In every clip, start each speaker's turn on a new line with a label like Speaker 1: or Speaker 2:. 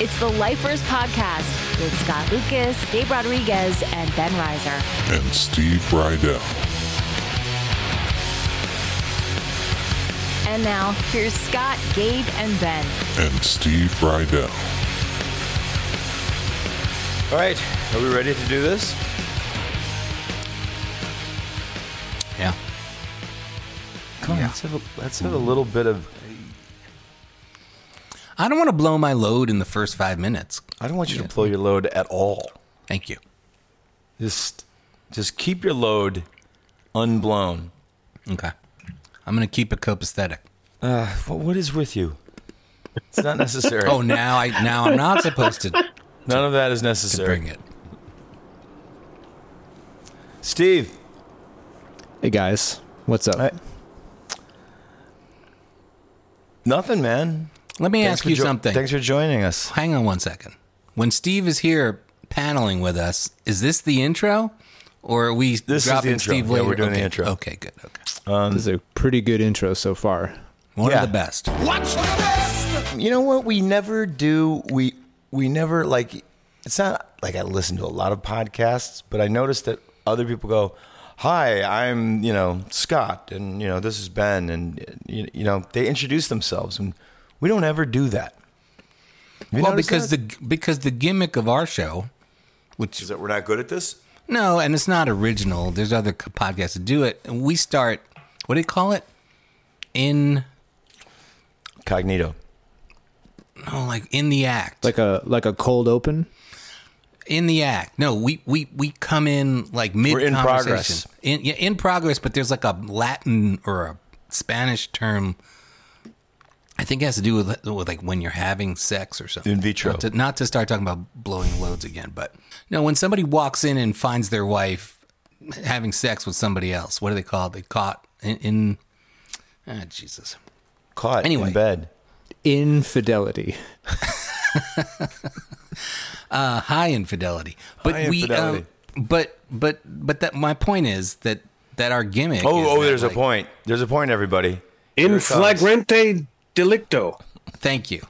Speaker 1: It's the Lifers Podcast with Scott Lucas, Gabe Rodriguez, and Ben Reiser.
Speaker 2: and Steve Rydell.
Speaker 1: And now, here's Scott, Gabe, and Ben.
Speaker 2: And Steve Rydell.
Speaker 3: All right, are we ready to do this?
Speaker 4: Yeah.
Speaker 3: Come on, let's have a, let's have a little bit of.
Speaker 4: I don't want to blow my load in the first five minutes.
Speaker 3: I don't want you to blow your load at all.
Speaker 4: Thank you.
Speaker 3: Just, just keep your load unblown.
Speaker 4: Okay. I'm going to keep it copacetic.
Speaker 3: Uh, what, what is with you? It's not necessary.
Speaker 4: Oh, now I now I'm not supposed to
Speaker 3: None of that is necessary.
Speaker 4: bring it.
Speaker 3: Steve,
Speaker 5: Hey guys, what's up?
Speaker 3: I- nothing, man.
Speaker 4: Let me
Speaker 3: Thanks
Speaker 4: ask
Speaker 3: for
Speaker 4: you
Speaker 3: jo-
Speaker 4: something.
Speaker 3: Thanks for joining us.
Speaker 4: Hang on one second. When Steve is here paneling with us, is this the intro, or are we
Speaker 3: This is the
Speaker 4: dropping
Speaker 3: intro.
Speaker 4: Steve
Speaker 3: Yeah,
Speaker 4: later?
Speaker 3: we're doing the
Speaker 4: okay.
Speaker 3: intro.
Speaker 4: Okay, good. Okay,
Speaker 5: this is a pretty good intro so far.
Speaker 4: one
Speaker 3: Yeah.
Speaker 4: of the best.
Speaker 3: You know what? We never do. We we never like. It's not like I listen to a lot of podcasts, but I noticed that other people go, "Hi, I'm you know Scott, and you know this is Ben," and uh, you, you know they introduce themselves, and we don't ever do that. You
Speaker 4: Well,
Speaker 3: notice
Speaker 4: because
Speaker 3: that?
Speaker 4: the because the gimmick of our show, which
Speaker 3: is that we're not good at this.
Speaker 4: No, and it's not original. There's other c- podcasts that do it. And we start, what do they call it? In,
Speaker 3: Cognito.
Speaker 4: oh, like in the act.
Speaker 5: Like a like a cold open.
Speaker 4: in the act. No, we, we, we come in like mid
Speaker 3: in progress.
Speaker 4: conversation. In, yeah, in progress, but there's like a Latin or a Spanish term. I think it has to do with, with like when you're having sex or something.
Speaker 3: In vitro.
Speaker 4: Not to, not to start talking about blowing loads again, but no, when somebody walks in and finds their wife having sex with somebody else, what do they call it? They caught in. in ah, Jesus.
Speaker 3: Caught
Speaker 4: Anyway.
Speaker 3: in bed.
Speaker 5: Infidelity.
Speaker 4: a high infidelity. But
Speaker 3: High
Speaker 4: we,
Speaker 3: infidelity.
Speaker 4: Um, but but but that my point is that that our gimmick. is
Speaker 3: Oh, oh,
Speaker 4: that,
Speaker 3: there's a
Speaker 4: like-
Speaker 3: point. There's a point, everybody.
Speaker 6: In
Speaker 3: it comes.
Speaker 6: flagrante delicto.
Speaker 4: Thank you.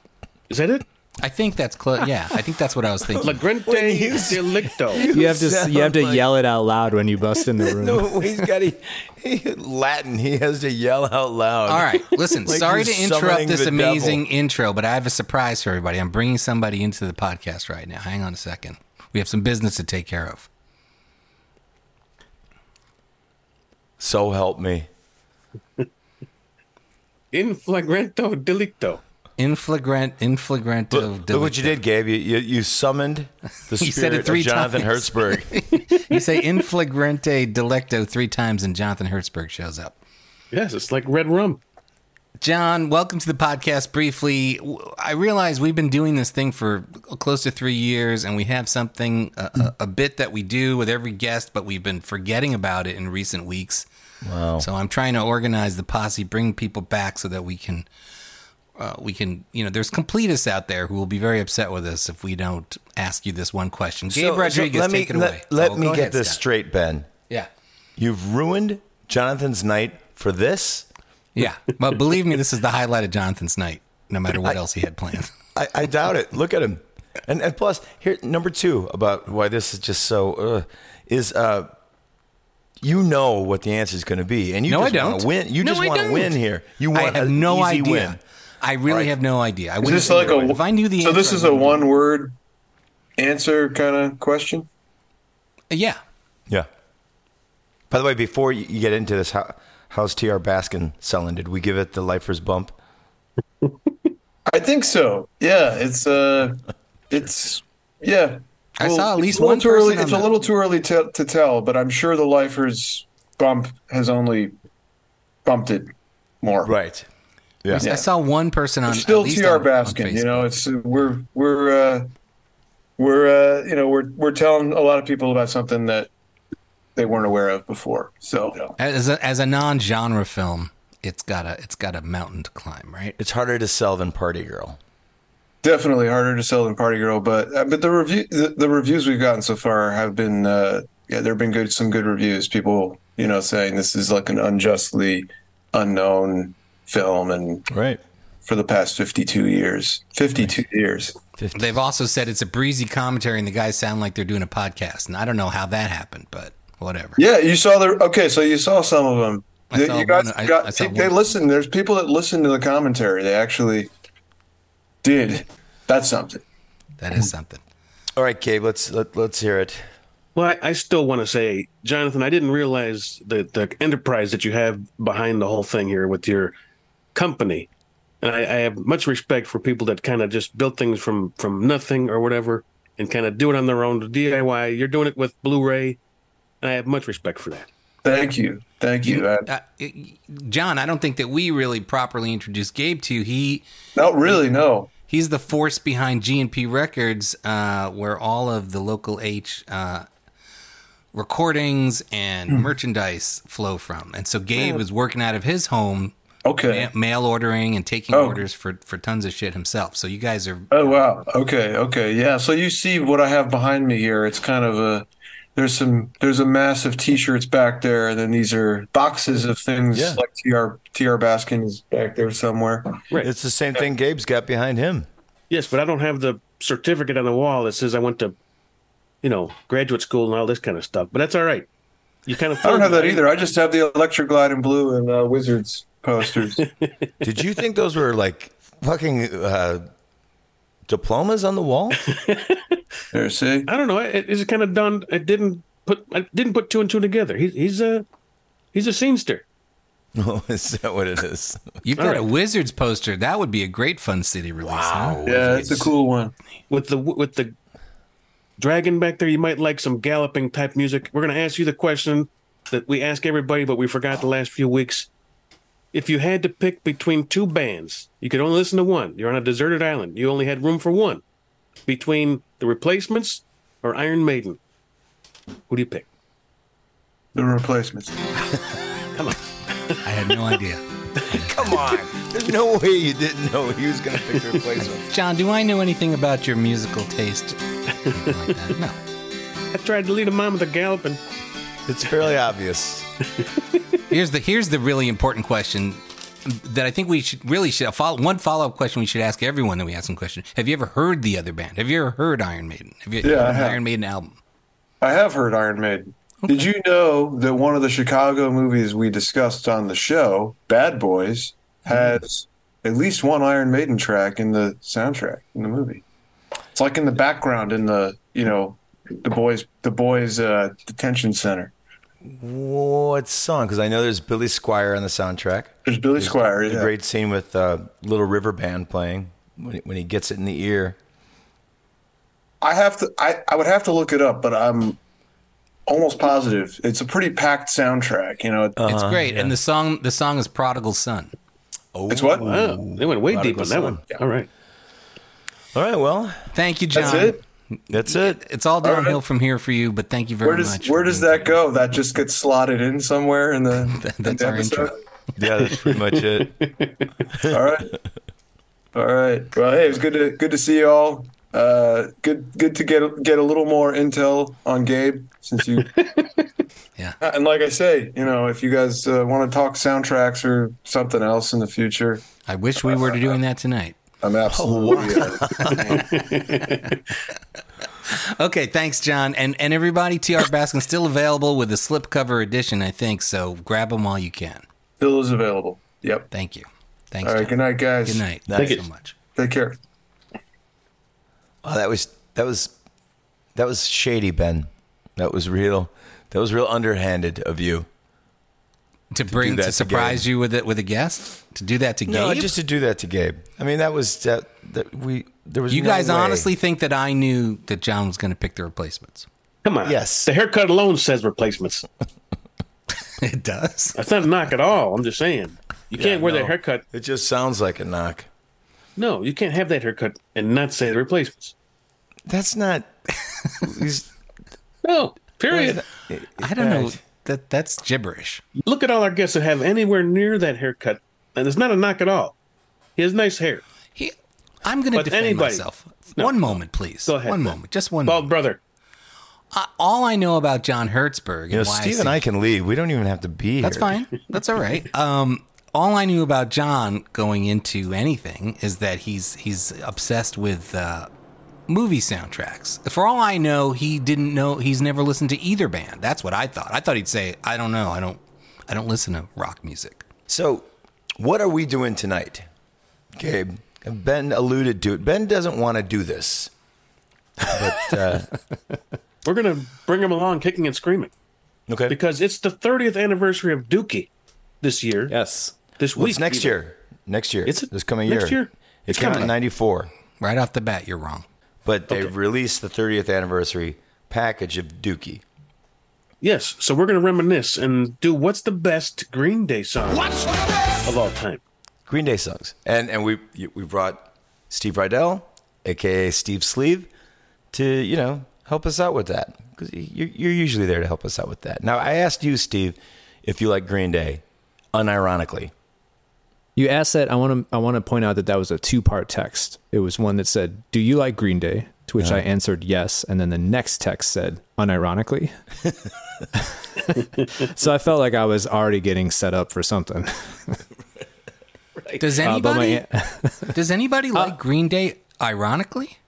Speaker 6: Is that it?
Speaker 4: I think that's close. Yeah, I think that's what I was thinking.
Speaker 6: Flagrante delicto.
Speaker 5: You have to s- you have to
Speaker 3: sound like-
Speaker 5: yell it out loud when you bust in the room.
Speaker 3: No, he's got to, he, Latin. He has to yell out loud.
Speaker 4: All right, listen.
Speaker 3: Like
Speaker 4: sorry
Speaker 3: you're
Speaker 4: to interrupt
Speaker 3: summoning
Speaker 4: this
Speaker 3: the devil.
Speaker 4: amazing intro, but I have a surprise for everybody. I'm bringing somebody into the podcast right now. Hang on a second. We have some business to take care of.
Speaker 3: So help me.
Speaker 6: In flagrante delicto.
Speaker 4: In flagrant, in flagrant.
Speaker 3: Look, look what you did, Gabe. You, you, you summoned the
Speaker 4: He
Speaker 3: spirit
Speaker 4: said it three
Speaker 3: of Jonathan
Speaker 4: times.
Speaker 3: Hertzberg.
Speaker 4: You say in flagrante delecto three times, and Jonathan Hertzberg shows up.
Speaker 6: Yes, it's like red rum.
Speaker 4: John, welcome to the podcast briefly. W- I realize we've been doing this thing for close to three years, and we have something, a, a, a bit that we do with every guest, but we've been forgetting about it in recent weeks. Wow. So I'm trying to organize the posse, bring people back so that we can, uh, we can, you know, there's completists out there who will be very upset with us if we don't ask you this one question. Gabe
Speaker 3: So- so
Speaker 4: Rodriguez,
Speaker 3: let me,
Speaker 4: take it
Speaker 3: let,
Speaker 4: away.
Speaker 3: Let
Speaker 4: Oh,
Speaker 3: me
Speaker 4: go
Speaker 3: get
Speaker 4: ahead,
Speaker 3: this
Speaker 4: Scott.
Speaker 3: straight, Ben.
Speaker 4: Yeah.
Speaker 3: You've ruined Jonathan's night for this.
Speaker 4: Yeah. But believe me, this is the highlight of Jonathan's night, no matter what else he had planned.
Speaker 3: I, I doubt it. Look at him. And, and plus, here number two about why this is just so uh, is uh, you know what the answer is going to be, and you
Speaker 4: no, I
Speaker 3: just
Speaker 4: don't.
Speaker 3: want to win. You
Speaker 4: No,
Speaker 3: just
Speaker 4: I
Speaker 3: want to
Speaker 4: don't.
Speaker 3: win here. You want
Speaker 4: I have
Speaker 3: a
Speaker 4: no
Speaker 3: easy
Speaker 4: idea.
Speaker 3: win.
Speaker 4: I really
Speaker 3: Right.
Speaker 4: have no idea. I
Speaker 7: Is
Speaker 4: wouldn't
Speaker 7: this like a?
Speaker 4: if I knew the
Speaker 7: so
Speaker 4: answer,
Speaker 7: this
Speaker 4: I
Speaker 7: is a
Speaker 4: wouldn't do
Speaker 7: one word answer kind of question.
Speaker 4: it. Yeah.
Speaker 3: Yeah. By the way, before you you get into this, how, how's T.R. Baskin selling? Did we give it the lifers bump?
Speaker 7: I think so. Yeah, it's uh, it's yeah.
Speaker 4: I saw at
Speaker 7: it's
Speaker 4: least
Speaker 7: a little
Speaker 4: one
Speaker 7: Too early,
Speaker 4: person on
Speaker 7: it's a
Speaker 4: the-
Speaker 7: little too early to, to tell, but I'm sure the lifers bump has only bumped it more.
Speaker 3: Right. Yeah.
Speaker 4: I saw one person on
Speaker 7: It's still
Speaker 4: at least
Speaker 7: T.R.
Speaker 4: on- on
Speaker 7: Baskin.
Speaker 4: Facebook.
Speaker 7: You know, it's we're we're uh, we're uh, you know we're we're telling a lot of people about something that they weren't aware of before. So
Speaker 4: as a, as a non-genre film, it's got a it's got a mountain to climb, right?
Speaker 3: It's harder to sell than Party Girl.
Speaker 7: definitely harder to sell than Party Girl, but uh, but the review the, the reviews we've gotten so far have been uh, yeah there have been good some good reviews. People you know saying this is like an unjustly unknown film and
Speaker 3: Right.
Speaker 7: for the past 52 years. 52 years.
Speaker 4: They've also said it's a breezy commentary, and the guys sound like they're doing a podcast. And I don't know how that happened, but whatever.
Speaker 7: Yeah, you saw the okay. So you saw some of them.
Speaker 4: I
Speaker 7: They-
Speaker 4: saw
Speaker 7: you guys
Speaker 4: one- I-
Speaker 7: got-
Speaker 4: I saw
Speaker 7: they
Speaker 4: one.
Speaker 7: listen. There's people that listen to the commentary. They actually did. That's something.
Speaker 4: That is something.
Speaker 3: All right, Gabe, let's let, let's hear it.
Speaker 6: Well, I, I still want to say, Jonathan, I didn't realize the the enterprise that you have behind the whole thing here with your company, and I, I have much respect for people that kind of just build things from from nothing or whatever, and kind of do it on their own DIY. You're doing it with Blu-ray, and I have much respect for that.
Speaker 7: Thank you. Thank you. I-
Speaker 4: Uh, it- John, I don't think that we really properly introduced Gabe to you. He
Speaker 7: no, really, no.
Speaker 4: he's the force behind G&P Records, uh, where all of the local H uh, recordings and merchandise flow from. And so Gabe is working out of his home,
Speaker 7: Okay.
Speaker 4: ma- mail ordering and taking
Speaker 7: Oh.
Speaker 4: orders for for tons of shit himself. So you guys are
Speaker 7: Oh wow. Okay. Okay. Yeah. So you see what I have behind me here. It's kind of a there's some there's a mass of t-shirts back there, and then these are boxes of things
Speaker 3: Yeah.
Speaker 7: like tr tr Baskin is back there somewhere.
Speaker 3: It's the same thing Gabe's got behind him.
Speaker 6: Yes, but I don't have the certificate on the wall that says I went to, you know, graduate school and all this kind of stuff. But that's all right. You kind of
Speaker 7: I don't have that either. I just have the Electric Glide in blue and uh, Wizards posters.
Speaker 3: Did you think those were like fucking uh, diplomas on the wall?
Speaker 7: there. See.
Speaker 6: I don't know. It, it's kind of done. I didn't put I didn't put two and two together. He's he's a he's a scenester.
Speaker 3: Oh, is that what it is?
Speaker 4: You've got a
Speaker 6: All right.
Speaker 4: Wizards poster. That would be a great Fun City release. Wow.
Speaker 7: Yeah, it's a cool one.
Speaker 6: with the with the dragon back there, you might like some galloping type music. We're going to ask you the question that we ask everybody, but we forgot the last few weeks. If you had to pick between two bands, you could only listen to one. You're on a deserted island. You only had room for one. Between the replacements or Iron Maiden, who do you pick?
Speaker 7: The replacements.
Speaker 4: I had no idea.
Speaker 3: Come on. There's no way you didn't know he was going to pick the replacement.
Speaker 4: John, do I know anything about your musical taste? Anything like that? No.
Speaker 6: I tried to lead a mom with a galloping.
Speaker 3: It's fairly obvious.
Speaker 4: Here's the here's the really important question that I think we should really should a follow, one follow up question we should ask everyone that we ask them question. Have you ever heard the other band? Have you ever heard Iron Maiden? Have you
Speaker 7: Yeah, I
Speaker 4: an
Speaker 7: have.
Speaker 4: Iron Maiden album?
Speaker 7: I have heard Iron Maiden. Did you know that one of the Chicago movies we discussed on the show, Bad Boys,
Speaker 4: Mm-hmm.
Speaker 7: has at least one Iron Maiden track in the soundtrack in the movie? It's like in the background in the you know the boys the boys uh, detention center.
Speaker 3: What song? Because I know there's Billy Squire on the soundtrack.
Speaker 7: There's Billy Squire.
Speaker 3: The
Speaker 7: yeah.
Speaker 3: great scene with uh, Little River Band playing when he, when he gets it in the ear.
Speaker 7: I have to. I, I would have to look it up, but I'm almost positive it's a pretty packed soundtrack. You know,
Speaker 4: It's great. And the song the song is Prodigal Son.
Speaker 7: it's what
Speaker 6: Wow, they went way deep on that one. All right.
Speaker 3: All right, well,
Speaker 4: Thank you, John.
Speaker 7: that's it.
Speaker 3: that's it.
Speaker 4: It's all downhill from here for you, but thank you very
Speaker 7: Where does
Speaker 4: much.
Speaker 7: where
Speaker 4: for
Speaker 7: does
Speaker 4: being
Speaker 7: that go? That just gets slotted in somewhere in the, in
Speaker 4: That's
Speaker 7: the
Speaker 4: our intro.
Speaker 7: episode.
Speaker 3: Yeah, that's pretty much it.
Speaker 7: All right, all right. Well, hey, it was good to good to see you all. Uh, good good to get get a little more intel on Gabe since you. Uh,
Speaker 4: Yeah.
Speaker 7: And like I say, you know, if you guys uh, want to talk soundtracks or something else in the future,
Speaker 4: I wish we were doing that tonight.
Speaker 7: I'm absolutely.
Speaker 4: Okay, thanks, John, and and everybody. Tr Baskin still available with a slipcover edition, I think. So grab them while you can.
Speaker 7: Bill is available. Yep.
Speaker 4: Thank you. Thanks.
Speaker 7: All right.
Speaker 4: John.
Speaker 7: Good night, guys.
Speaker 4: Good night.
Speaker 3: Thank
Speaker 4: Thanks
Speaker 6: you.
Speaker 4: so much.
Speaker 7: Take care.
Speaker 3: Oh, that was that was that was shady, Ben. That was real. That was real underhanded of you.
Speaker 4: To bring
Speaker 3: that
Speaker 4: to
Speaker 3: to
Speaker 4: surprise
Speaker 3: Gabe.
Speaker 4: you with it with a guest to do that to
Speaker 3: No,
Speaker 4: Gabe.
Speaker 3: just to do that to Gabe. I mean, that was that, that we there was
Speaker 4: you
Speaker 3: no
Speaker 4: guys
Speaker 3: way.
Speaker 4: honestly think that I knew that John was going to pick the replacements?
Speaker 6: Come on.
Speaker 3: Yes.
Speaker 6: The haircut alone says replacements.
Speaker 4: It does.
Speaker 6: That's not a knock at all. I'm just saying. You can't wear that haircut
Speaker 3: It just sounds like a knock.
Speaker 6: No, you can't have that haircut and not say the replacements.
Speaker 3: That's not. he's-
Speaker 6: No, period.
Speaker 4: I don't know.
Speaker 3: Right.
Speaker 4: That that's gibberish.
Speaker 6: Look at all our guests that have anywhere near that haircut, and it's not a knock at all. He has nice hair.
Speaker 4: He, I'm going to
Speaker 6: But
Speaker 4: defend
Speaker 6: anybody-
Speaker 4: myself. one moment, please.
Speaker 6: Go ahead,
Speaker 4: One
Speaker 6: Ben.
Speaker 4: moment. Just one.
Speaker 6: Bald
Speaker 4: Moment.
Speaker 6: Oh, brother.
Speaker 4: I- all I know about John Hertzberg.
Speaker 3: you know,
Speaker 4: and why
Speaker 3: Steve
Speaker 4: I
Speaker 3: and
Speaker 4: say
Speaker 3: I can leave. We don't even have to be
Speaker 4: That's
Speaker 3: here.
Speaker 4: fine. That's all right. Um, all I knew about John going into anything is that he's he's obsessed with uh, movie soundtracks. For all I know, he didn't know he's never listened to either band. That's what I thought. I thought he'd say, "I don't know. I don't. I don't listen to rock music."
Speaker 3: So, what are we doing tonight, Gabe? Ben alluded to it. Ben doesn't want to do this. But, uh,
Speaker 6: We're gonna bring him along, kicking and screaming,
Speaker 3: okay.
Speaker 6: because it's the 30th anniversary of Dookie this year.
Speaker 5: Yes.
Speaker 6: This week,
Speaker 3: What's next
Speaker 6: even.
Speaker 3: year? Next year.
Speaker 6: It's-
Speaker 3: this coming
Speaker 6: next
Speaker 3: year.
Speaker 6: year?
Speaker 3: It
Speaker 6: It's
Speaker 3: came out in
Speaker 6: coming.
Speaker 3: '94,
Speaker 4: Right off the bat, you're wrong.
Speaker 3: but they released the 30th anniversary package of Dookie.
Speaker 6: Yes, so we're gonna reminisce and do what's the best Green Day song of all time.
Speaker 3: Green Day songs, and and we you- we brought Steve Rydell, aka Steve Sleeve, to you know help us out with that because you're, you're usually there to help us out with that. Now I asked you, Steve, if you like Green Day, unironically.
Speaker 5: You asked that. I want to. I want to point out that that was a two-part text. It was one that said, "Do you like Green Day?" To which I answered yes, and then the next text said, unironically. so I felt like I was already getting set up for something.
Speaker 4: Does
Speaker 5: Uh, but my
Speaker 4: anybody
Speaker 5: an-
Speaker 4: does anybody like Green Day? Ironically,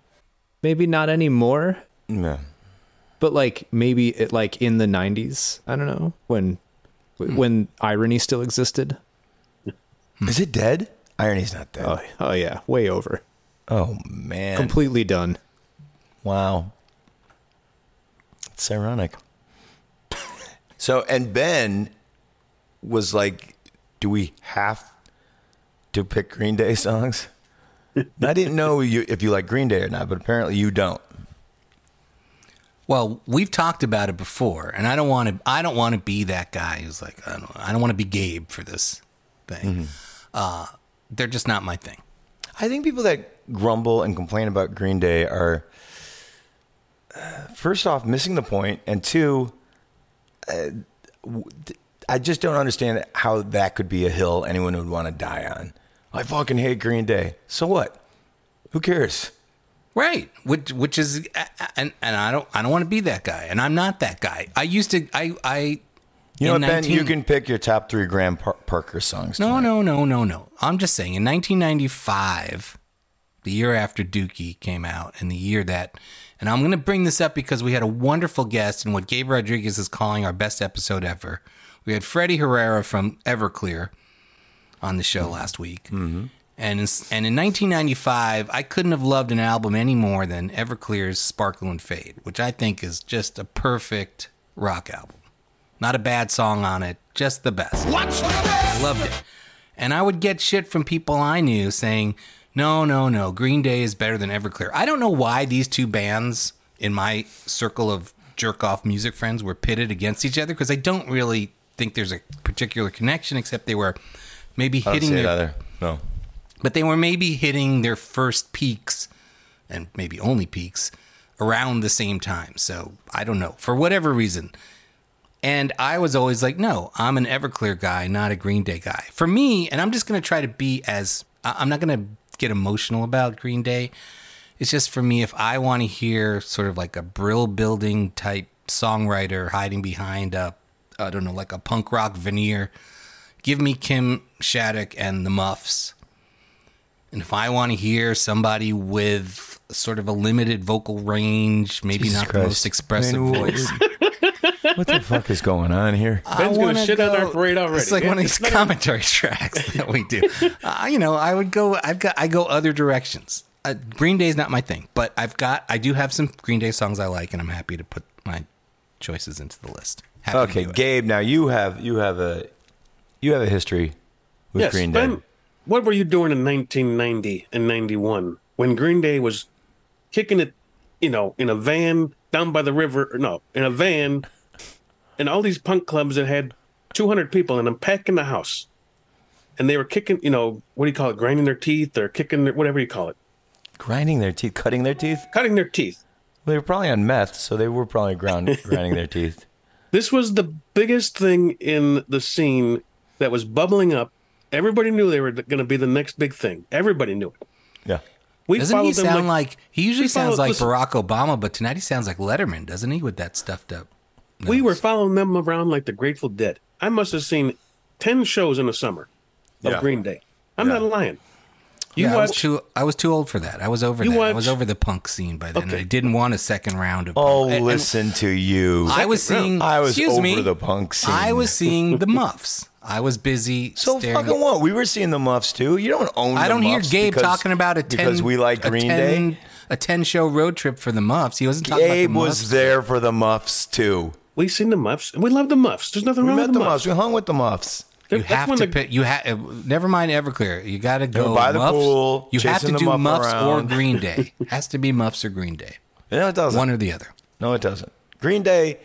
Speaker 5: maybe not anymore,
Speaker 3: No.
Speaker 5: but like maybe it, like in the '90s. I don't know when when irony still existed.
Speaker 3: Is it dead? Irony's not dead.
Speaker 5: Oh, oh yeah, way over,
Speaker 3: Oh man!
Speaker 5: completely done.
Speaker 3: wow, it's ironic. So and Ben was like, "Do we have to pick Green Day songs?" And I didn't know you, if you like Green Day or not, but apparently you don't.
Speaker 4: Well, we've talked about it before, and I don't want to. I don't want to be that guy who's like, I don't. I don't want to be Gabe for this thing.
Speaker 3: Mm-hmm.
Speaker 4: Uh, they're just not my thing.
Speaker 3: I think people that grumble and complain about Green Day are uh, first off missing the point, and two, uh, w- th- I just don't understand how that could be a hill anyone would want to die on. I fucking hate Green Day. So what? Who cares?
Speaker 4: Right, which which is and and I don't I don't want to be that guy, and I'm not that guy. I used to I I
Speaker 3: You know,
Speaker 4: in
Speaker 3: what, Ben,
Speaker 4: 19
Speaker 3: you can pick your top three Graham Par- Parker songs.
Speaker 4: no
Speaker 3: tonight.
Speaker 4: no no no no. I'm just saying in 1995, the year after Dookie came out, and the year that, and I'm going to bring this up because we had a wonderful guest in what Gabe Rodriguez is calling our best episode ever. We had Freddie Herrera from Everclear on the show last week. Mm-hmm. And in, and in 1995, I couldn't have loved an album any more than Everclear's Sparkle and Fade, which I think is just a perfect rock album. Not a bad song on it, just the best. Loved it. And I would get shit from people I knew saying, no, no, no, Green Day is better than Everclear. I don't know why these two bands in my circle of jerk off music friends were pitted against each other because I don't really think there's a particular connection except they were maybe
Speaker 3: I don't
Speaker 4: hitting
Speaker 3: see it
Speaker 4: their
Speaker 3: either. No.
Speaker 4: but they were maybe hitting their first peaks and maybe only peaks around the same time. So I don't know for whatever reason. And I was always like, no, I'm an Everclear guy, not a Green Day guy. For me, and I'm just going to try to be as I- I'm not going to get emotional about Green Day. It's just for me, if I want to hear sort of like a brill building type songwriter hiding behind a, I don't know, like a punk rock veneer, give me Kim Shattuck and the Muffs. And if I want to hear somebody with sort of a limited vocal range, maybe
Speaker 3: Jesus
Speaker 4: not the
Speaker 3: Christ.
Speaker 4: most expressive
Speaker 3: Man, what-
Speaker 4: voice.
Speaker 3: What the fuck is going on here?
Speaker 4: I
Speaker 6: Ben's gonna
Speaker 4: wanna
Speaker 6: shit on our parade already.
Speaker 4: It's like one of
Speaker 6: It's
Speaker 4: these
Speaker 6: not-
Speaker 4: commentary tracks that we do. Uh, you know, I would go. I've got. I go other directions. Uh, Green Day's not my thing, but I've got. I do have some Green Day songs I like, and I'm happy to put my choices into the list. Happy to
Speaker 3: Okay,
Speaker 4: do it.
Speaker 3: Gabe. Now you have you have a you have a history with
Speaker 6: Yes,
Speaker 3: Green Day.
Speaker 6: Ben, what were you doing in 1990 and 91 when Green Day was kicking it, you know, in a van down by the river? Or no, in a van, and all these punk clubs that had 200 people in them packing the house, and they were kicking, you know, what do you call it? Grinding their teeth or kicking their, whatever you call it,
Speaker 3: grinding their teeth, cutting their teeth.
Speaker 6: cutting their teeth.
Speaker 3: They were probably on meth, so they were probably ground, grinding their teeth.
Speaker 6: This was the biggest thing in the scene that was bubbling up. Everybody knew they were going to be the next big thing. Everybody knew it.
Speaker 3: Yeah.
Speaker 6: We
Speaker 4: Doesn't he
Speaker 6: followed them
Speaker 4: sound like, he usually
Speaker 6: we
Speaker 4: sounds
Speaker 6: followed-
Speaker 4: like
Speaker 6: listen.
Speaker 4: Barack Obama, but tonight he sounds like Letterman, doesn't he? With that stuffed up.
Speaker 6: We were following them around like the Grateful Dead. I must have seen 10 shows in the summer. of
Speaker 3: Yeah.
Speaker 6: Green Day. I'm not lying. You
Speaker 4: Yeah, I was
Speaker 6: watch-
Speaker 4: too. I was too old for that. I was over
Speaker 6: You
Speaker 4: that. I
Speaker 6: watch-
Speaker 4: was over the punk scene by then. and I didn't want a second round of.
Speaker 3: Oh,
Speaker 4: punk. And- and
Speaker 3: listen to you.
Speaker 4: I was
Speaker 6: round.
Speaker 4: seeing.
Speaker 3: I was
Speaker 4: excuse
Speaker 3: over
Speaker 4: me,
Speaker 3: the punk scene.
Speaker 4: I was seeing the Muffs. I was busy.
Speaker 3: so
Speaker 4: staring
Speaker 3: fucking
Speaker 4: at-
Speaker 3: what? We were seeing the Muffs too. You don't own.
Speaker 4: I
Speaker 3: the
Speaker 4: don't hear
Speaker 3: Muffs
Speaker 4: Gabe
Speaker 3: because-
Speaker 4: talking about a ten
Speaker 3: because we like
Speaker 4: a
Speaker 3: Green
Speaker 4: 10
Speaker 3: Day.
Speaker 4: A ten show road trip for the Muffs. He wasn't talking
Speaker 3: Gabe
Speaker 4: about the
Speaker 3: was
Speaker 4: Muffs.
Speaker 3: there for the Muffs too.
Speaker 6: We seen the Muffs, and we love the Muffs. There's nothing
Speaker 3: We
Speaker 6: wrong
Speaker 3: met
Speaker 6: with
Speaker 3: the
Speaker 6: the
Speaker 3: Muffs.
Speaker 6: Muffs.
Speaker 3: We hung with the Muffs.
Speaker 6: They're-
Speaker 4: You
Speaker 6: that's
Speaker 4: have
Speaker 6: when
Speaker 4: to
Speaker 6: the-
Speaker 4: pick. You have. Never mind Everclear. You got to go
Speaker 3: by the
Speaker 4: Muffs.
Speaker 3: pool,
Speaker 4: you have
Speaker 3: chasing
Speaker 4: to
Speaker 3: the
Speaker 4: do
Speaker 3: Muff
Speaker 4: Muffs
Speaker 3: around.
Speaker 4: or Green Day. Has to be Muffs or Green Day.
Speaker 3: No, it doesn't.
Speaker 4: One or the other.
Speaker 3: No, it doesn't. Green Day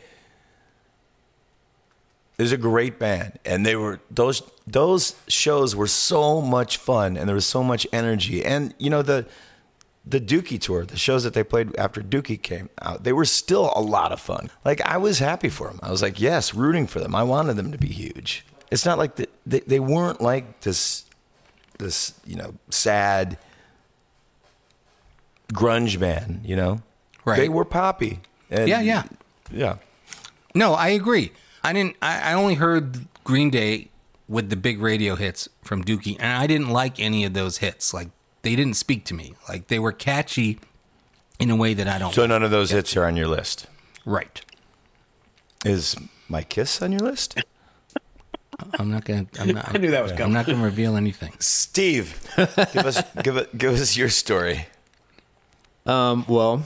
Speaker 3: is a great band, and they were those those shows were so much fun, and there was so much energy, and you know the the Dookie tour, the shows that they played after Dookie came out, they were still a lot of fun. Like I was happy for them. I was like, yes, rooting for them. I wanted them to be huge. It's not like the, they they weren't like this this you know sad grunge band. You know,
Speaker 4: Right.
Speaker 3: They were poppy. And
Speaker 4: Yeah, yeah.
Speaker 3: yeah.
Speaker 4: No, I agree. I didn't. I, I only heard Green Day with the big radio hits from Dookie, and I didn't like any of those hits. Like they didn't speak to me. Like they were catchy in a way that I don't.
Speaker 3: So none of those hits are on your list.
Speaker 4: right.
Speaker 3: Is my kiss on your list?
Speaker 4: I'm not gonna. I'm not, I
Speaker 6: knew that was
Speaker 4: I'm
Speaker 6: coming.
Speaker 4: not gonna reveal anything.
Speaker 3: Steve, give us give it, give us your story.
Speaker 5: Well,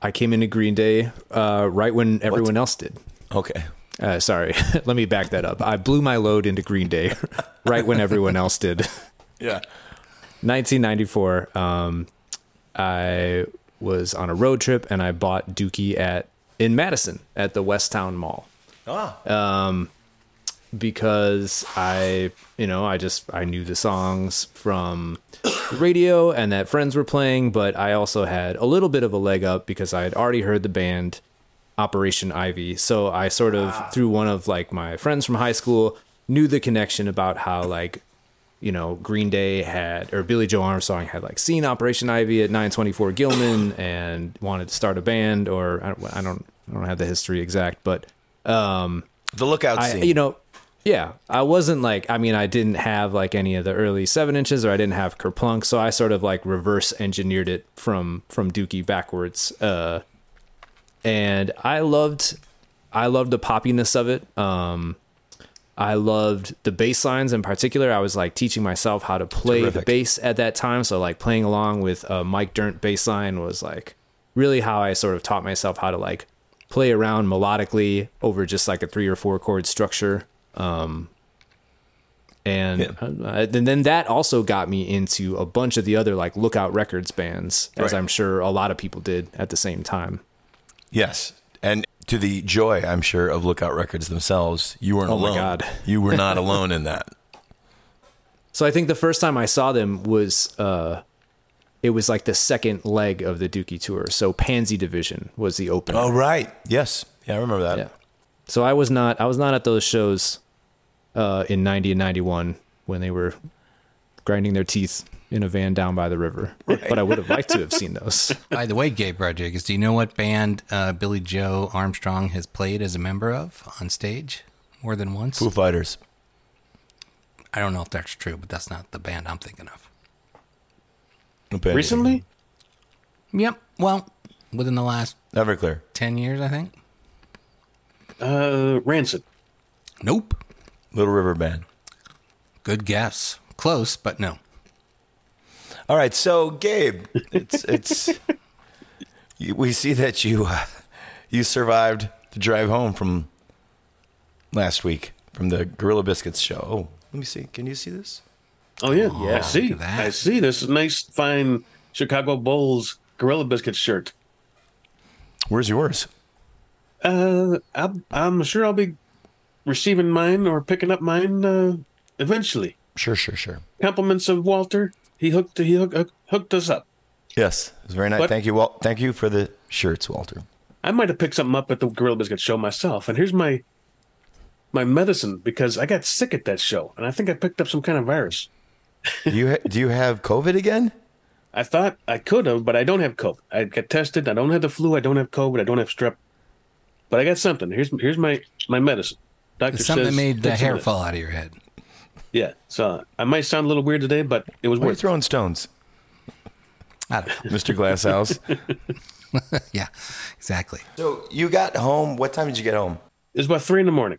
Speaker 5: I came into Green Day uh, right when everyone else did.
Speaker 3: Okay.
Speaker 5: Uh, sorry, let me back that up. I blew my load into Green Day right when everyone else did.
Speaker 3: Yeah.
Speaker 5: 1994. Um, I was on a road trip and I bought Dookie at in Madison at the Westtown Mall Um,
Speaker 3: Ah.
Speaker 5: because I, you know, I just I knew the songs from the radio and that friends were playing, but I also had a little bit of a leg up because I had already heard the band Operation Ivy. So I sort of through one of like my friends from high school knew the connection about how like you know Green Day had or Billy Joe Armstrong had like seen Operation Ivy at 924 Gilman and wanted to start a band or I don't I don't I don't have the history exact, but
Speaker 3: the lookout
Speaker 5: I,
Speaker 3: scene.
Speaker 5: you know, yeah, I wasn't like, I mean, I didn't have like any of the early seven inches or I didn't have Kerplunk. So I sort of like reverse engineered it from, from Dookie backwards. Uh, and I loved, I loved the poppiness of it. Um, I loved the bass lines in particular. I was like teaching myself how to play the
Speaker 3: Terrific.
Speaker 5: bass at that time. So like playing along with uh, Mike Dirnt bass line was like really how I sort of taught myself how to like play around melodically over just like a three or four chord structure. Um, And uh, and then that also got me into a bunch of the other like Lookout Records bands, as
Speaker 3: Right.
Speaker 5: I'm sure a lot of people did at the same time.
Speaker 3: yes. And to the joy, I'm sure, of Lookout Records themselves, you weren't
Speaker 5: Oh my
Speaker 3: alone.
Speaker 5: God.
Speaker 3: You were not alone in that.
Speaker 5: So I think the first time I saw them was uh, it was like the second leg of the Dookie tour. So Pansy Division was the opener.
Speaker 3: Oh, right. Yes. Yeah, I remember that.
Speaker 5: Yeah. So I was not I was not at those shows uh, in ninety and ninety one when they were grinding their teeth in a van down by the river. But I would have liked to have seen those.
Speaker 4: By the way, Gabe Rodriguez, do you know what band uh, Billy Joe Armstrong has played as a member of on stage more than once?
Speaker 3: Foo Fighters.
Speaker 4: I don't know if that's true, but that's not the band I'm thinking of.
Speaker 6: Recently,
Speaker 4: Yep. Well, within the last
Speaker 3: Everclear.
Speaker 4: ten years, I think.
Speaker 6: uh, Rancid.
Speaker 4: Nope.
Speaker 3: Little River Band.
Speaker 4: Good guess. Close, but no.
Speaker 3: All right, so Gabe, it's it's you- we see that you uh, you survived the drive home from last week from the Gorilla Biscuits show. Oh, let me see. Can you see this?
Speaker 6: Oh yeah,
Speaker 4: look
Speaker 6: I see.
Speaker 4: at that.
Speaker 6: I see this nice, fine Chicago Bulls Gorilla Biscuit shirt.
Speaker 3: Where's yours?
Speaker 6: Uh, I'm, I'm sure I'll be receiving mine or picking up mine uh, eventually.
Speaker 3: Sure, sure, sure.
Speaker 6: Compliments of Walter. He hooked. He hook, hook, hooked us up.
Speaker 3: Yes, it was very nice.
Speaker 6: What-
Speaker 3: Thank you, Walt. Thank you for the shirts, Walter.
Speaker 6: I might have picked something up at the Gorilla Biscuit show myself. And here's my my medicine because I got sick at that show, and I think I picked up some kind of virus.
Speaker 3: Do you ha- do you have COVID again?
Speaker 6: I thought I could have, but I don't have COVID. I got tested. I don't have the flu. I don't have COVID. I don't have strep. But I got something. Here's here's my my medicine. Doctor
Speaker 4: It's something
Speaker 6: says
Speaker 4: that made the
Speaker 6: take some
Speaker 4: hair
Speaker 6: of it.
Speaker 4: fall out of your head.
Speaker 6: Yeah. So I might sound a little weird today, but it was
Speaker 3: Why are you
Speaker 6: worth. it.
Speaker 3: throwing stones,
Speaker 4: I don't know.
Speaker 3: Mr. Glasshouse?
Speaker 4: yeah, exactly.
Speaker 3: so you got home. What time did you get home?
Speaker 6: It was about three in the morning.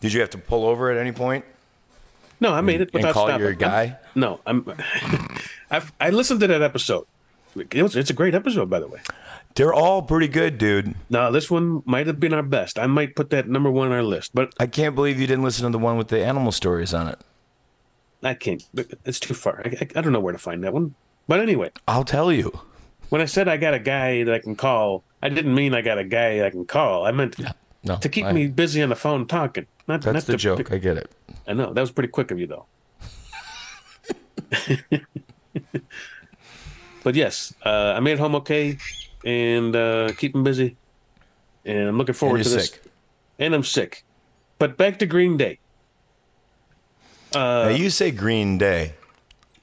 Speaker 3: Did you have to pull over at any point?
Speaker 6: No, I made it without
Speaker 3: and call
Speaker 6: stopping.
Speaker 3: your guy?
Speaker 6: I'm- no, I'm. I've, I listened to that episode. It was, it's a great episode, by the way.
Speaker 3: They're all pretty good, dude.
Speaker 6: Now this one might have been our best. I might put that number one on our list, but
Speaker 3: I can't believe you didn't listen to the one with the animal stories on it.
Speaker 6: I can't. It's too far. I, I- I don't know where to find that one. But anyway,
Speaker 3: I'll tell you.
Speaker 6: when I said I got a guy that I can call, I didn't mean I got a guy I can call. I meant
Speaker 3: No,
Speaker 6: to keep
Speaker 3: I-
Speaker 6: me busy on the phone talking. Not, not
Speaker 3: That's the
Speaker 6: to
Speaker 3: joke.
Speaker 6: pick-
Speaker 3: I get it.
Speaker 6: I know that was pretty quick of you, though. but yes, uh, I made it home okay, and uh, keep 'em busy. And I'm looking forward
Speaker 3: you're
Speaker 6: to this.
Speaker 3: sick.
Speaker 6: And I'm sick. But back to Green Day.
Speaker 3: now you say Green Day.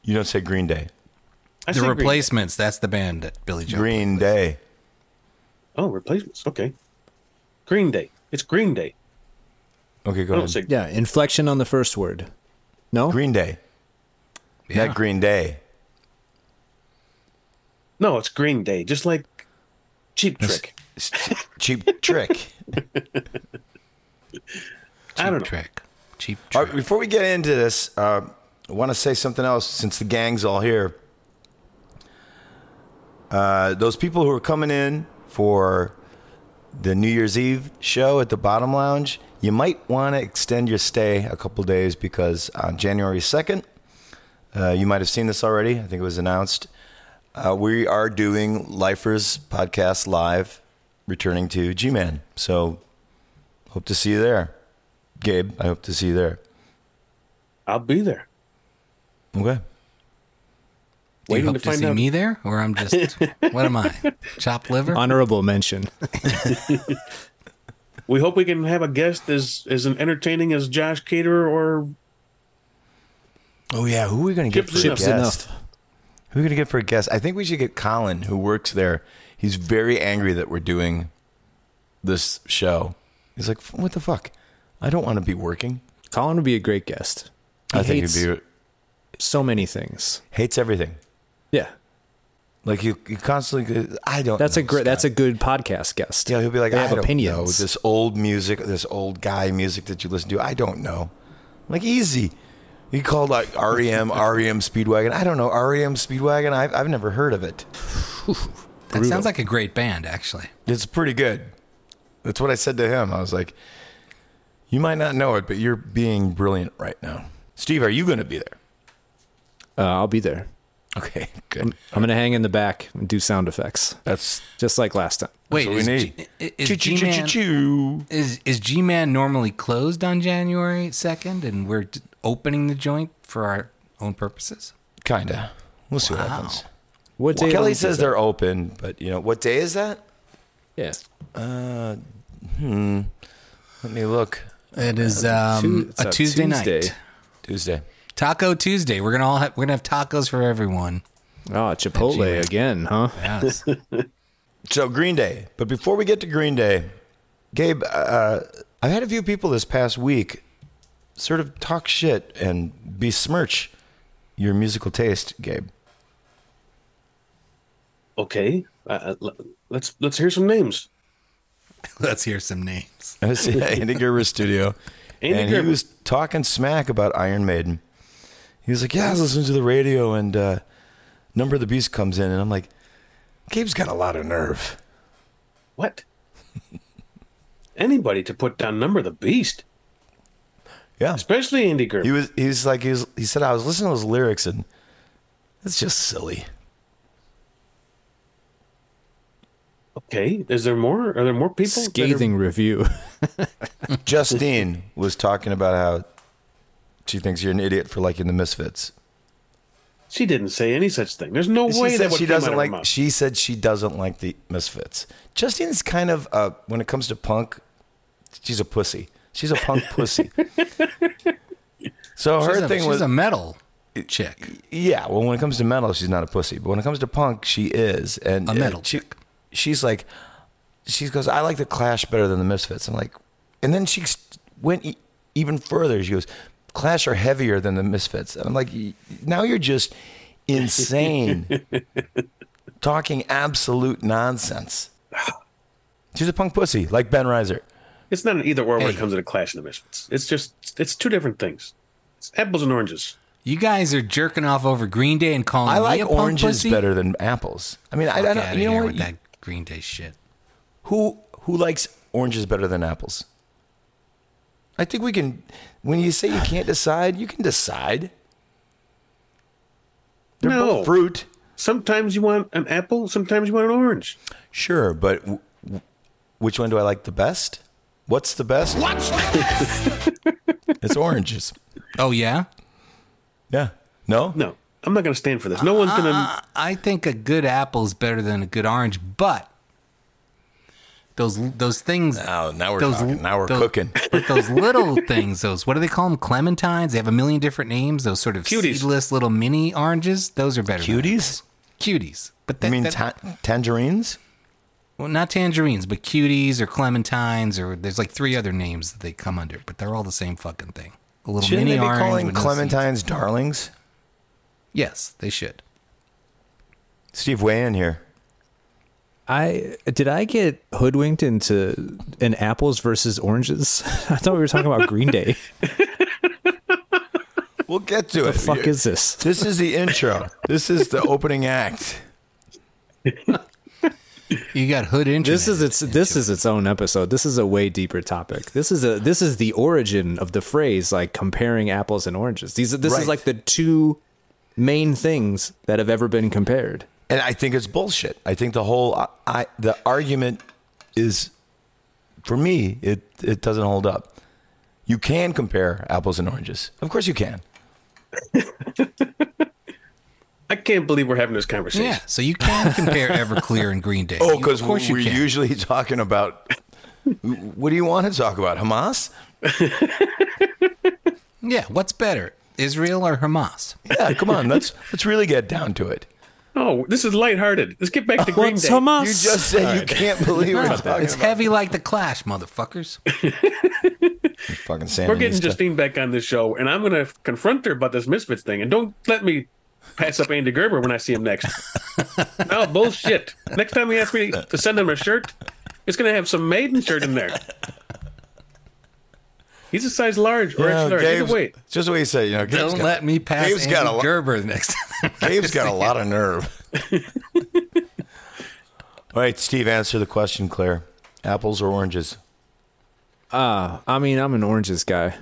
Speaker 3: You don't say Green Day.
Speaker 6: I
Speaker 4: The
Speaker 6: say Green Day.
Speaker 4: replacements. That's the band that Billy Joe.
Speaker 3: Green Day.
Speaker 6: Oh, replacements. Okay. Green Day. It's Green Day.
Speaker 3: Okay, go
Speaker 6: I
Speaker 3: ahead.
Speaker 6: don't say
Speaker 5: Yeah, inflection on the first word. No?
Speaker 3: Green Day.
Speaker 4: Yeah.
Speaker 3: Not Green Day.
Speaker 6: no. It's Green Day. Just like Cheap Trick.
Speaker 3: It's t- cheap trick.
Speaker 6: I don't know.
Speaker 4: Trick. Cheap
Speaker 3: All
Speaker 4: trick.
Speaker 3: right, before we get into this, uh, I want to say something else since the gang's all here. Uh, those people who are coming in for the New Year's Eve show at the Bottom Lounge, you might want to extend your stay a couple days because on January 2nd, uh, you might have seen this already. I think it was announced. Uh, we are doing Lifers Podcast Live, returning to G Man. So hope to see you there. Gabe, I hope to see you there.
Speaker 6: I'll be there.
Speaker 3: Okay.
Speaker 4: Do you
Speaker 6: Waiting
Speaker 4: hope
Speaker 6: to
Speaker 4: to,
Speaker 6: find
Speaker 4: see
Speaker 6: out.
Speaker 4: me there, or I'm just what am I? Chopped liver?
Speaker 5: Honorable mention.
Speaker 6: We hope we can have a guest as as entertaining as Josh Cater or
Speaker 3: Oh yeah, who are we gonna get
Speaker 6: Chips
Speaker 3: for
Speaker 6: enough.
Speaker 3: a guest? Who are we gonna get for a guest? I think we should get Colin, who works there. He's very angry that we're doing this show. He's like, "What the fuck? I don't want to be working."
Speaker 5: Colin would be a great guest. He
Speaker 3: I think
Speaker 5: hates
Speaker 3: he would be,
Speaker 5: so many things.
Speaker 3: hates everything.
Speaker 5: Yeah.
Speaker 3: Like you, you constantly. I don't.
Speaker 5: That's
Speaker 3: know
Speaker 5: a great.
Speaker 3: this guy.
Speaker 5: That's a good podcast guest.
Speaker 3: Yeah, he'll be like,
Speaker 5: They
Speaker 3: "I
Speaker 5: have
Speaker 3: don't
Speaker 5: opinions.
Speaker 3: know this old music, this old guy music that you listen to. I don't know." I'm like easy. He called like E REM, REM Speedwagon. I don't know REM Speedwagon. I've I've never heard of it.
Speaker 4: That sounds like a great band, actually.
Speaker 3: It's pretty good. That's what I said to him. I was like, you might not know it, but you're being brilliant right now. Steve, are you going to be there?
Speaker 5: uh, I'll be there.
Speaker 3: Okay, good.
Speaker 5: I'm gonna hang in the back and do sound effects,
Speaker 3: That's
Speaker 5: just like last time.
Speaker 4: Wait,
Speaker 3: what we
Speaker 4: is,
Speaker 3: need.
Speaker 4: G-
Speaker 3: choo
Speaker 4: is
Speaker 3: choo choo choo
Speaker 4: G-Man
Speaker 3: choo.
Speaker 4: is, is G-Man normally closed on January second, and we're d- opening the joint for our own purposes?
Speaker 3: Kinda. We'll see what happens.
Speaker 5: What day?
Speaker 3: Kelly
Speaker 5: is
Speaker 3: says
Speaker 5: it?
Speaker 3: they're open, but you know what day is that?
Speaker 5: Yeah.
Speaker 3: Let me look.
Speaker 4: It is
Speaker 5: Tu-
Speaker 4: um,
Speaker 5: Uh, it's
Speaker 4: a, Tuesday, night,
Speaker 5: Tuesday.
Speaker 3: Tuesday.
Speaker 4: Taco Tuesday. We're gonna all have, we're gonna have tacos for everyone.
Speaker 5: Oh, Chipotle
Speaker 4: Gmail.
Speaker 5: again, huh?
Speaker 4: Yes.
Speaker 3: So Green Day. But before we get to Green Day, Gabe, uh, I've had a few people this past week sort of talk shit and besmirch your musical taste, Gabe.
Speaker 6: okay. Uh, uh, let's let's hear some names.
Speaker 4: Let's hear some names.
Speaker 3: I was at Andy Gerber's studio,
Speaker 6: Andy
Speaker 3: and
Speaker 6: Gerber.
Speaker 3: he was talking smack about Iron Maiden. He was like, "Yeah, I was listening to the radio, and uh, Number of the Beast comes in, and I'm like, Gabe's got a lot of nerve.
Speaker 6: What? Anybody to put down number the beast,
Speaker 3: Yeah,
Speaker 6: especially Andy Gerber.
Speaker 3: he was. He was like, he was. He said, I was listening to those lyrics, and it's just silly.
Speaker 6: okay, is there more? Are there more people? that are-
Speaker 5: Scathing review.
Speaker 3: Justine was talking about how she thinks you're an idiot for liking the Misfits.
Speaker 6: she didn't say any such thing. There's no
Speaker 3: She
Speaker 6: way
Speaker 3: said
Speaker 6: that would
Speaker 3: she
Speaker 6: come out
Speaker 3: doesn't
Speaker 6: of her
Speaker 3: like.
Speaker 6: mouth.
Speaker 3: She said she doesn't like the Misfits. Justine's kind of uh, when it comes to punk, she's a pussy. She's a punk pussy. So her
Speaker 4: She's a,
Speaker 3: thing
Speaker 4: she's
Speaker 3: was
Speaker 4: a metal chick.
Speaker 3: yeah. Well, when it comes to metal, she's not a pussy, but when it comes to punk, she is. And
Speaker 4: A metal
Speaker 3: and she,
Speaker 4: chick.
Speaker 3: she's like, she goes, I like the Clash better than the Misfits. I'm like, and then she s- went e- even further. She goes, Clash are heavier than the Misfits. And I'm like, y- now you're just insane, talking absolute nonsense. She's a punk pussy, like Ben Reiser.
Speaker 6: It's not an either or when it comes to the Clash and the Misfits. It's just it's two different things. It's apples and oranges.
Speaker 4: You guys are jerking off over Green Day and calling
Speaker 3: I
Speaker 4: me
Speaker 3: like
Speaker 4: a punk
Speaker 3: oranges
Speaker 4: pussy?
Speaker 3: better than apples. I mean, I, I
Speaker 4: Fuck
Speaker 3: don't.
Speaker 4: outta
Speaker 3: You know
Speaker 4: here
Speaker 3: what?
Speaker 4: with that Green Day shit.
Speaker 3: Who who likes oranges better than apples? I think we can. When you say you can't decide, you can decide. They're
Speaker 6: No.
Speaker 3: both fruit.
Speaker 6: Sometimes you want an apple, sometimes you want an orange.
Speaker 3: Sure, but w- w- which one do I like the best? What's the best? What's the best? it's oranges.
Speaker 4: Oh yeah,
Speaker 3: Yeah. No.
Speaker 6: No, I'm not going to stand for this. No one's going
Speaker 3: Uh-huh.
Speaker 6: to.
Speaker 4: I think a good apple is better than a good orange, but those those things.
Speaker 3: Oh, now we're
Speaker 4: those-
Speaker 3: talking. Now we're
Speaker 4: those-
Speaker 3: cooking.
Speaker 4: But those little things, those what do they call them? Clementines. They have a million different names. Those sort of
Speaker 6: Cuties.
Speaker 4: seedless little mini oranges. Those are better. than
Speaker 3: Cuties?
Speaker 4: cuties. But that,
Speaker 3: I mean,
Speaker 4: that-
Speaker 3: ta- tangerines.
Speaker 4: well, not tangerines, but cuties or clementines or there's like three other names that they come under, but they're all the same fucking thing. A little
Speaker 3: Shouldn't
Speaker 4: mini
Speaker 3: they be
Speaker 4: orange.
Speaker 3: calling
Speaker 4: with no seeds.
Speaker 3: clementines darlings?
Speaker 4: Yes, they should.
Speaker 3: Steve, weigh in here.
Speaker 5: I did I get hoodwinked into an apples versus oranges? I thought we were talking about Green Day.
Speaker 3: We'll get to it.
Speaker 5: The fuck is this?
Speaker 3: This is the intro. this is the opening act.
Speaker 4: You got hood internet.
Speaker 5: This is its this is its own episode. This is a way deeper topic. This is a this is the origin of the phrase like comparing apples and oranges. These this
Speaker 3: Right.
Speaker 5: is like the two main things that have ever been compared.
Speaker 3: And I think it's bullshit. I think the whole I, I the argument is for me it it doesn't hold up. You can compare apples and oranges. Of course you can.
Speaker 6: I can't believe we're having this conversation.
Speaker 4: Yeah, so you can compare Everclear and Green Day.
Speaker 3: Oh,
Speaker 4: You-
Speaker 3: cuz
Speaker 4: of course
Speaker 3: we're
Speaker 4: you can.
Speaker 3: usually talking about what do you want to talk about? Hamas?
Speaker 4: yeah, what's better, Israel or Hamas?
Speaker 3: Yeah, come on. Let's let's really get down to it.
Speaker 6: Oh, this is lighthearted. Let's get back to Green Day.
Speaker 3: You just said you can't believe we're talking
Speaker 4: It's
Speaker 3: about
Speaker 4: heavy like the Clash, motherfuckers.
Speaker 3: fucking
Speaker 6: We're getting
Speaker 3: Sandinista.
Speaker 6: Justine back on this show, and I'm going to confront her about this Misfits thing. And don't let me pass up Andy Gerber when I see him next. no, bullshit. Next time he asks me to send him a shirt, it's going to have some maiden shirt in there. He's a size large
Speaker 3: You
Speaker 6: or extra
Speaker 3: know,
Speaker 6: large. Either
Speaker 3: Gabe's-
Speaker 6: way,
Speaker 3: just what you say, you know. Gabe's
Speaker 4: Don't
Speaker 3: got-
Speaker 4: let me pass
Speaker 3: Gabe's
Speaker 4: Andy
Speaker 3: got a lot-
Speaker 4: Gerber the next time.
Speaker 3: Dave's got a lot of nerve. All right, Steve, answer the question, Claire. Apples or oranges?
Speaker 5: I mean, I'm an oranges guy.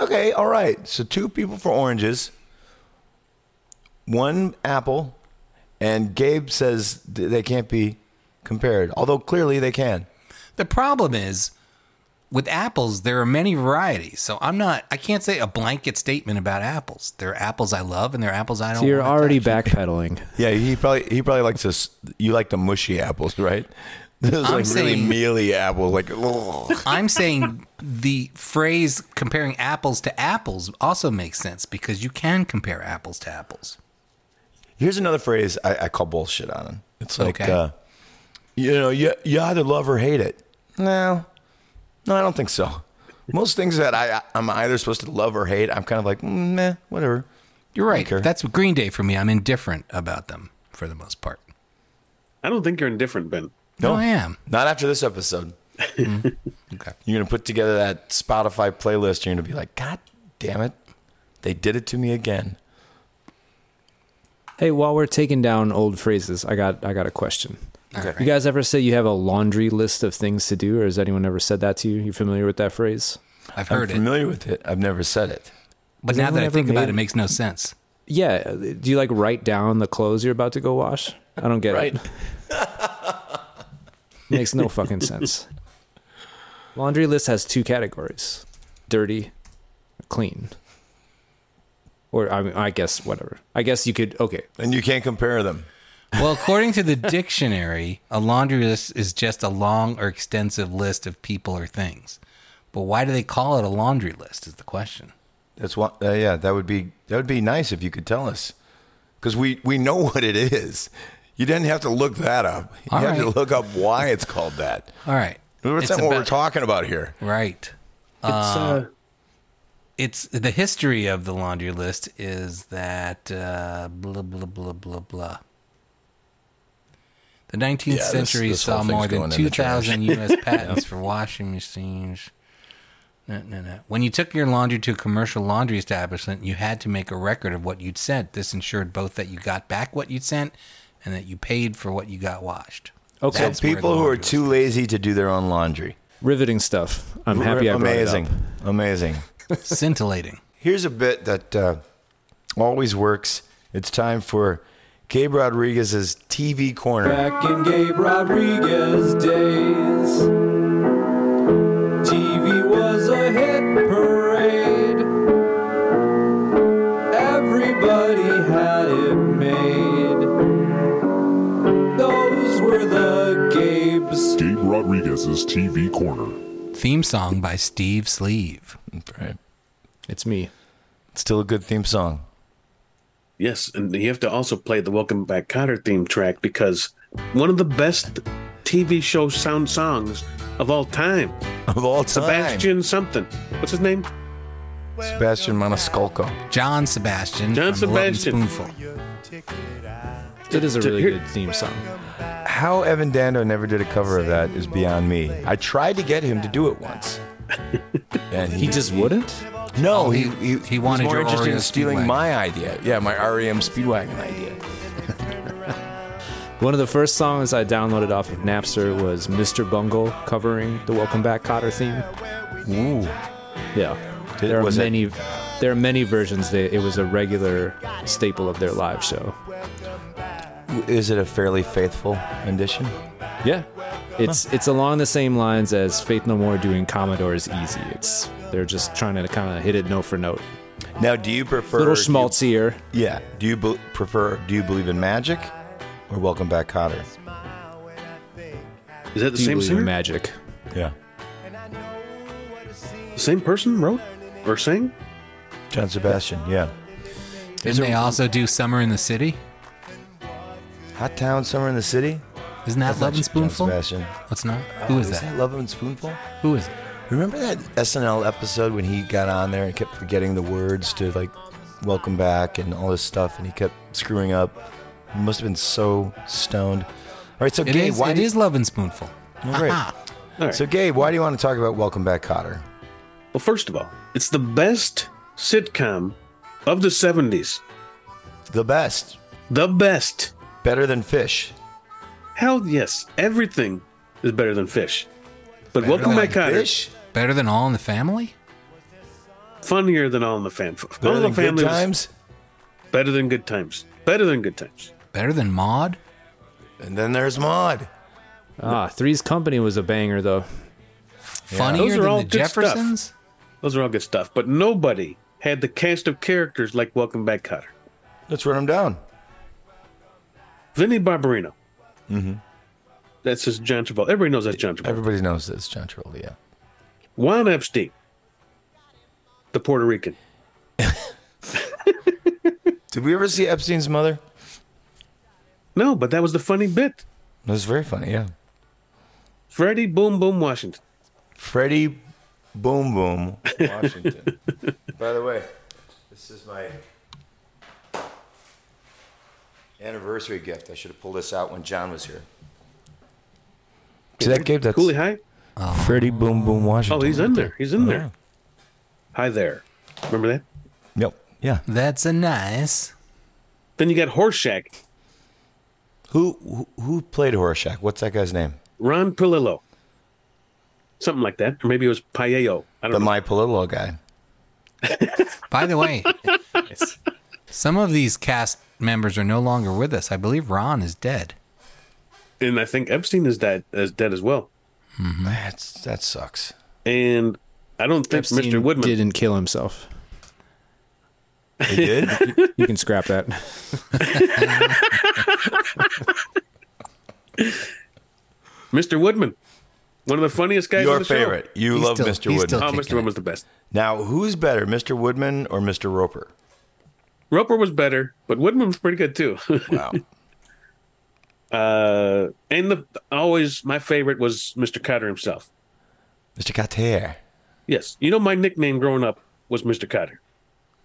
Speaker 3: Okay, all right. So two people for oranges, one apple, and Gabe says th- they can't be compared, although clearly they can.
Speaker 4: The problem is with apples, there are many varieties. So I'm not, I can't say a blanket statement about apples. There are apples I love and there are apples I don't.
Speaker 5: So you're
Speaker 4: wanna
Speaker 5: already
Speaker 4: touch.
Speaker 5: backpedaling.
Speaker 3: Yeah, he probably he probably likes this. You like the mushy apples, right? Those
Speaker 4: I'm
Speaker 3: like really
Speaker 4: saying-
Speaker 3: mealy apples, like ugh.
Speaker 4: I'm saying the phrase comparing apples to apples also makes sense because you can compare apples to apples.
Speaker 3: Here's another phrase I, I call bullshit on him. It's like,
Speaker 4: Okay.
Speaker 3: uh, you know, you, you either love or hate it. No, no, I don't think so. Most things that I, I'm either supposed to love or hate, I'm kind of like, mm, meh, whatever.
Speaker 4: You're right.
Speaker 3: Okay.
Speaker 4: That's Green Day for me. I'm indifferent about them for the most part.
Speaker 6: I don't think you're indifferent, Ben.
Speaker 4: No, I am. Mm-hmm.
Speaker 3: Not after this episode.
Speaker 4: Okay.
Speaker 3: You're going to put together that Spotify playlist. You're going to be like, God damn it. They did it to me again.
Speaker 5: Hey, while we're taking down old phrases, I got I got a question.
Speaker 4: All right.
Speaker 5: You guys ever say you have a laundry list of things to do, or has anyone ever said that to you? You familiar with that phrase?
Speaker 4: I've heard
Speaker 3: I'm
Speaker 4: it.
Speaker 3: familiar with it. I've never said it.
Speaker 4: But
Speaker 5: Has
Speaker 4: now that
Speaker 5: anyone
Speaker 4: I
Speaker 5: ever
Speaker 4: think about
Speaker 5: made-
Speaker 4: it, it makes no sense.
Speaker 5: Yeah. Do you like write down the clothes you're about to go wash? I don't get
Speaker 3: Right.
Speaker 5: it. Makes no fucking sense. Laundry list has two categories: dirty, clean. Or I, mean, I guess whatever. I guess you could. Okay,
Speaker 3: And you can't compare them.
Speaker 4: Well, according to the dictionary, a laundry list is just a long or extensive list of people or things. But why do they call it a laundry list is the question.
Speaker 3: That's what. Uh, yeah, that would be that would be nice if you could tell us, because we we know what it is. You didn't have to look that up. You
Speaker 4: All
Speaker 3: have to
Speaker 4: right.
Speaker 3: look up why it's called that.
Speaker 4: All right.
Speaker 3: That's
Speaker 4: It's
Speaker 3: not what we're
Speaker 4: about-
Speaker 3: talking about here.
Speaker 4: Right.
Speaker 6: It's, uh,
Speaker 4: it's the history of the laundry list is that uh, blah blah blah blah blah. The 19th
Speaker 3: this-
Speaker 4: century
Speaker 3: this
Speaker 4: saw
Speaker 3: whole thing's
Speaker 4: more than
Speaker 3: going in the trash.
Speaker 4: 2,000 U.S. patents for washing machines. No, no, no. When you took your laundry to a commercial laundry establishment, you had to make a record of what you'd sent. This ensured both that you got back what you'd sent and that you paid for what you got washed.
Speaker 5: Okay.
Speaker 4: That's where the
Speaker 3: People who are
Speaker 4: laundry was.
Speaker 3: too lazy to do their own laundry.
Speaker 5: Riveting stuff. I'm happy I brought
Speaker 3: Amazing.
Speaker 5: it up.
Speaker 3: Amazing.
Speaker 4: scintillating.
Speaker 3: Here's a bit that uh, always works. It's time for Gabe Rodriguez's TV Corner.
Speaker 8: Back in Gabe Rodriguez days, TV was a hit parade. Everybody had it made. Those were the Gabes.
Speaker 2: Gabe Rodriguez's TV Corner.
Speaker 4: Theme song by Steve Sleeve.
Speaker 3: Right.
Speaker 5: It's me.
Speaker 3: Still a good theme song.
Speaker 6: Yes, and you have to also play the Welcome Back Cotter theme track because one of the best TV show sound songs of all time.
Speaker 3: Of all time.
Speaker 6: Sebastian something. What's his name?
Speaker 3: Sebastian Maniscalco.
Speaker 4: John Sebastian.
Speaker 6: John
Speaker 4: from Lovin'
Speaker 6: Sebastian.
Speaker 4: Spoonful.
Speaker 5: It is a
Speaker 6: to
Speaker 5: really
Speaker 6: hear-
Speaker 5: good theme song.
Speaker 3: How Evan Dando never did a cover of that is beyond me. I tried to get him to do it once. And
Speaker 5: He just wouldn't.
Speaker 3: No, Oh, he,
Speaker 4: Oh, he-
Speaker 3: he,
Speaker 4: he
Speaker 3: was
Speaker 4: wanted
Speaker 3: more
Speaker 4: your
Speaker 3: interested in
Speaker 4: REM
Speaker 3: stealing
Speaker 4: Speedwagon.
Speaker 3: my idea. Yeah, my REM Speedwagon idea.
Speaker 5: One of the first songs I downloaded off of Napster was Mr. Bungle covering the Welcome Back Cotter theme.
Speaker 3: Ooh.
Speaker 5: Yeah.
Speaker 3: Did-
Speaker 5: there are
Speaker 3: was it-
Speaker 5: many there are many versions that it was a regular staple of their live show.
Speaker 3: Is it a fairly faithful rendition?
Speaker 5: Yeah. It's it's along the same lines as Faith No More doing Commodore's Easy. It's they're just trying to kind of hit it note for note.
Speaker 3: Now, do you prefer
Speaker 5: Little
Speaker 3: do you-
Speaker 5: schmaltzier.
Speaker 3: yeah. Do you bel prefer? Do you believe in magic, or Welcome Back, Cotter?
Speaker 6: Is
Speaker 5: Do
Speaker 6: that the
Speaker 5: you
Speaker 6: same
Speaker 5: believe in
Speaker 6: singer?
Speaker 5: magic?
Speaker 3: Yeah.
Speaker 6: The same person wrote or sang?
Speaker 3: John Sebastian. Yeah.
Speaker 4: Didn't they also do Summer in the City?
Speaker 3: Hot Town, Summer in the City.
Speaker 4: Isn't that Love
Speaker 3: That's
Speaker 4: and
Speaker 3: John
Speaker 4: Spoonful?
Speaker 3: Sebastian.
Speaker 4: What's not? Who is
Speaker 3: Is
Speaker 4: that?
Speaker 3: that Love and Spoonful?
Speaker 4: Who is it?
Speaker 3: Remember that SNL episode when he got on there and kept forgetting the words to like welcome back and all this stuff and he kept screwing up? He must have been so stoned. All right, so
Speaker 4: It
Speaker 3: Gabe,
Speaker 4: is.
Speaker 3: why
Speaker 4: it
Speaker 3: do
Speaker 4: is Love and Spoonful.
Speaker 3: Oh, great.
Speaker 6: All right.
Speaker 3: So Gabe, why do you want to talk about Welcome Back Cotter?
Speaker 6: Well, first of all, it's the best sitcom of the 70s.
Speaker 3: The best.
Speaker 6: The best.
Speaker 3: Better than fish.
Speaker 6: Hell yes, everything is better than fish. But Welcome
Speaker 3: Better
Speaker 6: Back
Speaker 3: than
Speaker 6: Cotter,
Speaker 3: Fish?
Speaker 4: Better than All in the Family?
Speaker 6: funnier than All in the Fam. All
Speaker 3: Better
Speaker 6: in the
Speaker 3: than
Speaker 6: Family
Speaker 3: Good
Speaker 6: was
Speaker 3: Times?
Speaker 6: better than Good Times. Better than Good Times.
Speaker 4: Better than Maud?
Speaker 3: And then there's Maud.
Speaker 5: Ah, Three's Company was a banger though.
Speaker 4: Funnier
Speaker 6: Those are
Speaker 4: than
Speaker 6: all
Speaker 4: the
Speaker 6: good stuff.
Speaker 4: Jeffersons?
Speaker 6: Those are all good stuff. But nobody had the cast of characters like Welcome Back Cotter.
Speaker 3: Let's run him down.
Speaker 6: Vinny Barbarino. Mm-hmm. That's just John Travolta. Everybody knows that's John Travolta.
Speaker 3: Everybody knows this, John Travolta. Yeah.
Speaker 6: Juan Epstein, the Puerto Rican.
Speaker 3: Did we ever see Epstein's mother?
Speaker 6: No, but that was the funny bit.
Speaker 3: That was very funny. Yeah.
Speaker 6: Freddie Boom Boom Washington.
Speaker 3: Freddie Boom Boom Washington. By the way, this is my anniversary gift. I should have pulled this out when John was here. See that, Gabe? That's uh,
Speaker 6: Cooley High?
Speaker 3: Freddie Boom Boom
Speaker 6: Oh,
Speaker 3: Washington.
Speaker 6: he's in there. He's in there. Hi there. Remember that?
Speaker 3: Yep. Yeah.
Speaker 4: That's a nice.
Speaker 6: Then you got Horseshack,
Speaker 3: Who who, who played Horshack? What's that guy's name?
Speaker 6: Ron Palillo. Something like that. Or maybe it was Paello. I
Speaker 3: The
Speaker 6: don't know.
Speaker 3: My Palillo guy.
Speaker 4: By the way, some of these cast members are no longer with us. I believe Ron is dead.
Speaker 6: and I think Epstein is dead, is dead as well.
Speaker 3: That's, that sucks.
Speaker 6: And I don't think
Speaker 5: Epstein
Speaker 6: Mr. Woodman.
Speaker 5: didn't kill himself.
Speaker 3: He did?
Speaker 5: You can scrap that.
Speaker 6: Mr. Woodman. One of the funniest guys on
Speaker 3: Your
Speaker 6: the show.
Speaker 3: favorite. You
Speaker 4: He's
Speaker 3: love
Speaker 4: still-
Speaker 3: Mr.
Speaker 4: he's
Speaker 3: Woodman.
Speaker 4: still
Speaker 6: Oh, Mr.
Speaker 4: kicking
Speaker 6: Woodman's the best.
Speaker 3: Now, who's better, Mr. Woodman or Mr. Roper?
Speaker 6: Roper was better, but Woodman was pretty good too.
Speaker 3: Wow.
Speaker 6: uh, and the always my favorite was Mr. Cotter himself.
Speaker 3: Mr. Cotter.
Speaker 6: Yes, you know my nickname growing up was Mr. Cotter.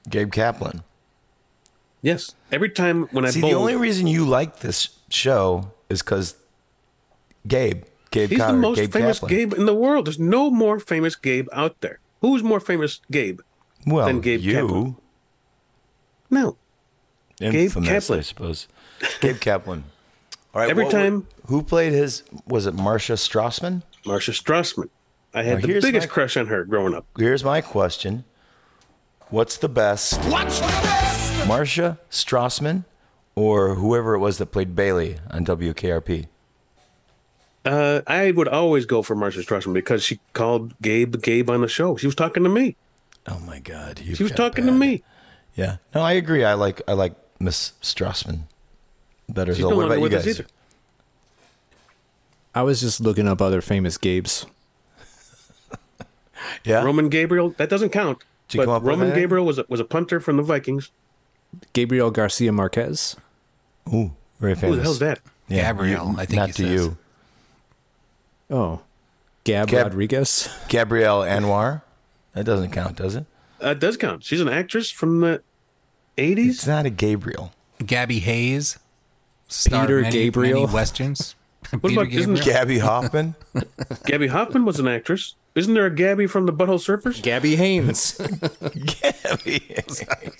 Speaker 3: Gabe Kaplan.
Speaker 6: Yes. Every time when I
Speaker 3: See,
Speaker 6: bowled,
Speaker 3: the only reason you like this show is because Gabe, Gabe
Speaker 6: he's
Speaker 3: Cotter,
Speaker 6: the most
Speaker 3: Gabe
Speaker 6: famous
Speaker 3: Kaplan.
Speaker 6: Gabe in the world. There's no more famous Gabe out there. Who's more famous Gabe?
Speaker 3: well,
Speaker 6: than Gabe
Speaker 3: you,
Speaker 6: Kaplan. No. Gabe
Speaker 3: infamous, I
Speaker 6: Kaplan.
Speaker 3: suppose. Gabe Kaplan. All right.
Speaker 6: Every
Speaker 3: what wa-
Speaker 6: time-
Speaker 3: who played his? Was it Marcia Strassman?
Speaker 6: Marcia Strassman. I had
Speaker 3: Now,
Speaker 6: the
Speaker 3: here's
Speaker 6: biggest
Speaker 3: my-
Speaker 6: crush on her growing up.
Speaker 3: Here's my question. What's the best? Marcia Strassman or whoever it was that played Bailey on WKRP?
Speaker 6: Uh, I would always go for Marcia Strassman because she called Gabe Gabe on the show. She was talking to me.
Speaker 3: Oh my God.
Speaker 6: She was talking to me.
Speaker 3: Yeah. No, I agree. I like I like Miss Strassman better.
Speaker 6: She's
Speaker 3: so
Speaker 6: no
Speaker 3: what
Speaker 6: longer
Speaker 3: about you
Speaker 6: with us
Speaker 3: guys?
Speaker 6: either.
Speaker 5: I was just looking up other famous Gabes.
Speaker 3: Yeah.
Speaker 6: Roman Gabriel. That doesn't count.
Speaker 3: Did you
Speaker 6: but
Speaker 3: come up with
Speaker 6: Roman
Speaker 3: that?
Speaker 6: Gabriel was a, was a punter from the Vikings.
Speaker 5: Gabriel Garcia Marquez.
Speaker 3: Ooh, very famous.
Speaker 6: Who the hell's that?
Speaker 3: Yeah,
Speaker 4: Gabrielle, I think
Speaker 3: Not
Speaker 4: he
Speaker 3: to
Speaker 4: says.
Speaker 3: you.
Speaker 5: Oh, Gab,
Speaker 3: Gab-
Speaker 5: Rodriguez.
Speaker 3: Gabrielle Anwar. That doesn't count, does it?
Speaker 6: Uh, it does count. She's an actress from the eighties.
Speaker 3: It's not a Gabriel.
Speaker 4: Gabby Hayes, star of
Speaker 5: Peter
Speaker 4: many,
Speaker 5: Gabriel.
Speaker 4: many westerns. Peter
Speaker 6: about- isn't
Speaker 3: Gabby Hoffman.
Speaker 6: Gabby Hoffman was an actress. Isn't there a Gabby from the Butthole Surfers?
Speaker 5: Gabby Haynes.
Speaker 3: Gabby.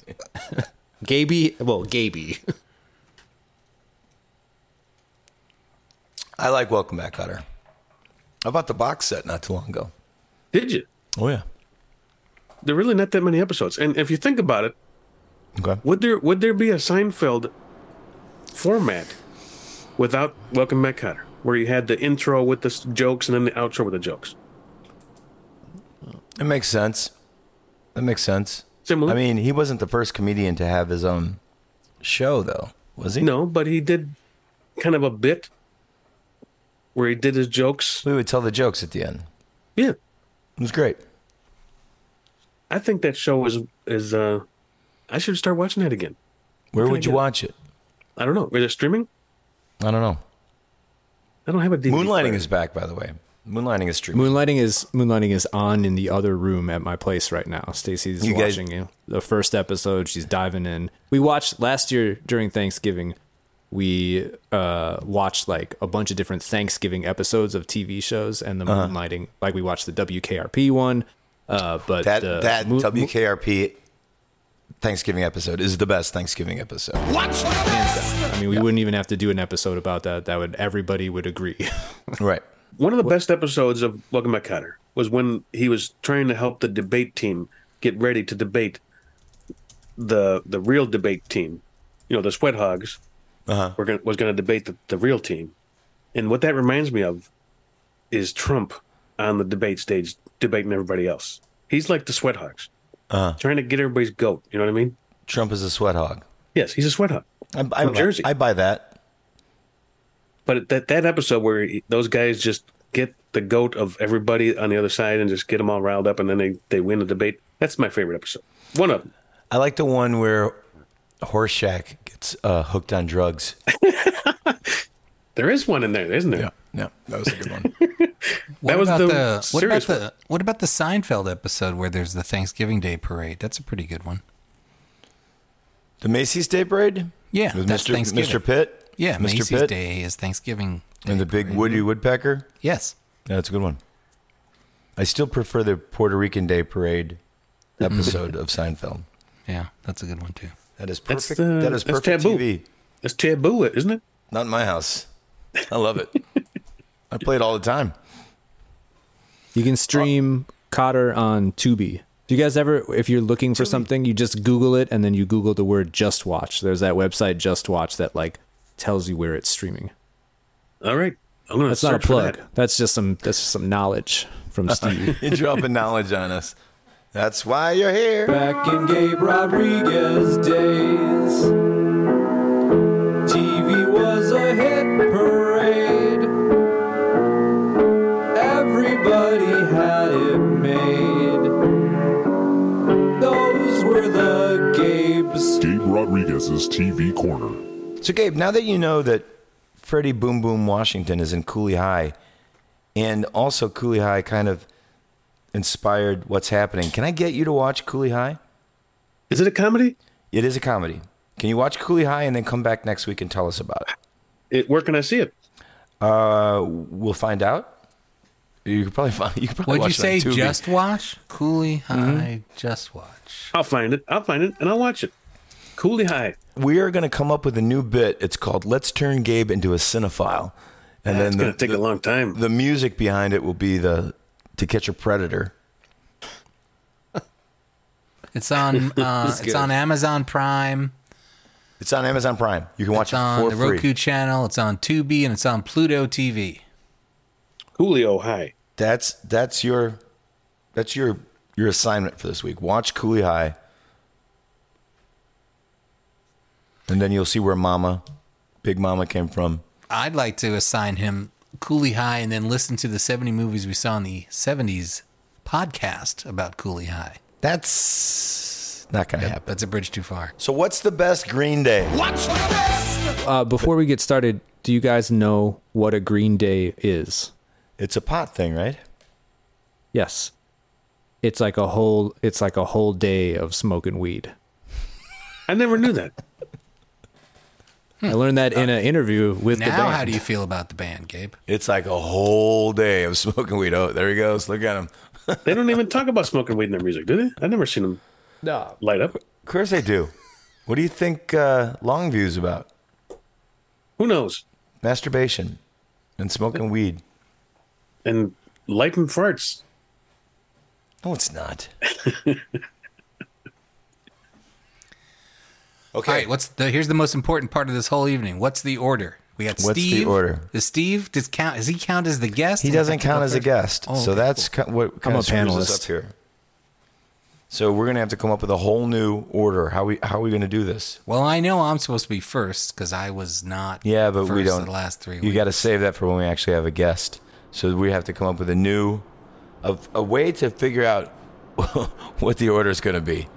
Speaker 5: Gaby. Well, Gaby.
Speaker 3: I like Welcome Back, Cutter. I bought the box set not too long ago.
Speaker 6: Did you?
Speaker 3: Oh yeah.
Speaker 6: There are really not that many episodes. And if you think about it,
Speaker 3: Okay.
Speaker 6: would there would there be a Seinfeld format without Welcome Back Cotter, where you had the intro with the s- jokes and then the outro with the jokes?
Speaker 3: It makes sense. That makes sense.
Speaker 6: Similar.
Speaker 3: I mean, he wasn't the first comedian to have his own show, though, was he?
Speaker 6: No, but he did kind of a bit where he did his jokes.
Speaker 3: We would tell the jokes at the end.
Speaker 6: Yeah,
Speaker 3: It was great.
Speaker 6: I think that show is is. uh I should start watching that again.
Speaker 3: Where
Speaker 6: can I
Speaker 3: would you
Speaker 6: get?
Speaker 3: watch it?
Speaker 6: I don't know. Is it streaming?
Speaker 3: I don't know.
Speaker 6: I don't have a DVD.
Speaker 3: Moonlighting
Speaker 6: player.
Speaker 3: is back, by the way. Moonlighting is streaming.
Speaker 5: Moonlighting is moonlighting is on in the other room at my place right now. Stacy's
Speaker 3: You guys-
Speaker 5: watching you the first episode. She's diving in. We watched last year during Thanksgiving. We uh, watched like a bunch of different Thanksgiving episodes of TV shows and the
Speaker 3: Uh-huh.
Speaker 5: moonlighting. Like we watched the WKRP one, uh, but
Speaker 3: that
Speaker 5: the
Speaker 3: that
Speaker 5: Moon-
Speaker 3: WKRP Thanksgiving episode is the best Thanksgiving episode.
Speaker 5: I mean, we wouldn't even have to do an episode about that. That would everybody would agree.
Speaker 3: Right.
Speaker 6: One of the best episodes of Welcome Back Cotter was when he was trying to help the debate team get ready to debate the the real debate team. You know, the sweat hogs were gonna, was going to debate the, the real team. And what that reminds me of is Trump on the debate stage debating everybody else. He's like the sweat hogs, trying to get everybody's goat. You know what I mean?
Speaker 3: Trump is a sweat hog.
Speaker 6: Yes, he's a sweat hog.
Speaker 3: I, I,
Speaker 6: From Jersey.
Speaker 3: I buy that.
Speaker 6: But that that episode where he- those guys just get the goat of everybody on the other side and just get them all riled up, and then they they win the debate. That's my favorite episode. One of them.
Speaker 3: I like the one where Horseshack gets uh, hooked on drugs.
Speaker 6: There is one in there, isn't there?
Speaker 3: Yeah, that was a good one.
Speaker 4: What
Speaker 6: was
Speaker 4: about
Speaker 6: the
Speaker 4: what about
Speaker 6: serious
Speaker 4: the what about the Seinfeld episode where there's the Thanksgiving Day parade? That's a pretty good one.
Speaker 3: the Macy's Day Parade.
Speaker 4: Yeah,
Speaker 3: with
Speaker 4: that's
Speaker 3: Mr.
Speaker 4: Thanksgiving.
Speaker 3: Mr. Pitt.
Speaker 4: Yeah,
Speaker 3: Mr.
Speaker 4: Macy's
Speaker 3: Pitt
Speaker 4: Day is Thanksgiving. Day
Speaker 3: and the big
Speaker 4: parade.
Speaker 3: Woody Woodpecker.
Speaker 4: Yes.
Speaker 3: Yeah, that's a good one. I still prefer the Puerto Rican Day Parade episode of Seinfeld.
Speaker 4: Yeah, that's a good one too.
Speaker 3: That is
Speaker 6: That's,
Speaker 3: perfect.
Speaker 6: uh,
Speaker 3: that is
Speaker 6: that's
Speaker 3: perfect
Speaker 6: taboo.
Speaker 3: TV.
Speaker 6: It's taboo, isn't it?
Speaker 3: Not in my house. I love it. I play it all the time.
Speaker 5: You can stream Cotter on Tubi. Do you guys ever, if you're looking for something, you just Google it and then you Google the word "just watch." There's that website, Just Watch, that like tells you where it's streaming.
Speaker 6: All right, I'm gonna.
Speaker 5: That's not a
Speaker 6: search for
Speaker 5: plug.
Speaker 6: that.
Speaker 5: That's just some. That's just some knowledge from Steve.
Speaker 3: You're dropping knowledge on us. That's why you're here.
Speaker 8: Back in Gabe Rodriguez days, TV was a hit parade. Everybody had it made. Those were the Gabes.
Speaker 2: Gabe Rodriguez's TV Corner.
Speaker 3: So, Gabe, now that you know that Freddie Boom Boom Washington is in Cooley High, and also Cooley High kind of inspired what's happening. Can I get you to watch Cooley High?
Speaker 6: Is it a comedy?
Speaker 3: It is a comedy. Can you watch Cooley High and then come back next week and tell us about it?
Speaker 6: It, where can I see it?
Speaker 3: Uh, we'll find out. You could probably find. You could probably
Speaker 4: What'd you
Speaker 3: watch it on Tubi.
Speaker 4: say? Just watch Cooley High.
Speaker 3: Mm-hmm.
Speaker 4: Just watch.
Speaker 6: I'll find it. I'll find it and I'll watch it. Cooley High.
Speaker 3: we are going to come up with a new bit. It's called "Let's Turn Gabe into a Cinephile," and
Speaker 6: it's
Speaker 3: then
Speaker 6: going to
Speaker 3: the,
Speaker 6: take a long time.
Speaker 3: the music behind it will be the "To Catch a Predator."
Speaker 4: It's on. Uh, it's on Amazon Prime.
Speaker 3: It's on Amazon Prime. You can watch
Speaker 4: It's
Speaker 3: it for
Speaker 4: on the
Speaker 3: free.
Speaker 4: Roku channel. It's on Tubi, and it's on Pluto TV.
Speaker 6: Coolio High.
Speaker 3: That's that's your that's your your assignment for this week. Watch Cooley High, and then you'll see where Mama, Big Mama, came from.
Speaker 4: I'd like to assign him Cooley High, and then listen to the seventy movies we saw in the seventies podcast about Cooley High.
Speaker 3: That's not going to happen.
Speaker 4: That's a bridge too far.
Speaker 3: So, what's the best Green Day?
Speaker 5: Uh, before we get started, do you guys know what a Green Day is?
Speaker 3: It's a pot thing, right?
Speaker 5: Yes. It's like a whole it's like a whole day of smoking weed.
Speaker 6: I never knew that.
Speaker 5: I learned that in an interview with the
Speaker 4: Now,
Speaker 5: band.
Speaker 4: how do you feel about the band, Gabe?
Speaker 3: It's like a whole day of smoking weed. Oh, there he goes. Look at him.
Speaker 6: They don't even talk about smoking weed in their music, do they? I've never seen them
Speaker 5: No.
Speaker 6: light up.
Speaker 3: Of course I do. What do you think uh, Longview's about?
Speaker 6: Who knows?
Speaker 3: Masturbation and smoking weed.
Speaker 6: And light and farts.
Speaker 3: No, it's not. okay.
Speaker 4: All right, what's the here's the most important part of this whole evening. What's the order? We got
Speaker 3: What's the
Speaker 4: Steve.
Speaker 3: order?
Speaker 4: Is Steve does count? Does he count as the guest?
Speaker 3: he
Speaker 4: Am I
Speaker 3: doesn't
Speaker 4: supposed to
Speaker 3: count
Speaker 4: go
Speaker 3: as a
Speaker 4: first?
Speaker 3: guest.
Speaker 4: Oh,
Speaker 3: so
Speaker 4: okay,
Speaker 3: that's ki- what kind
Speaker 5: a
Speaker 3: of screws us
Speaker 5: panelist.
Speaker 3: up here. So we're gonna have to come up with a whole new order. How we how are we gonna do this?
Speaker 4: Well, I know I'm supposed to be first because I was not.
Speaker 3: Yeah, but we
Speaker 4: first
Speaker 3: don't.
Speaker 4: The last three.
Speaker 3: You
Speaker 4: weeks.
Speaker 3: got to save that for when we actually have a guest. So we have to come up with a new, a, a way to figure out what the order is going to be.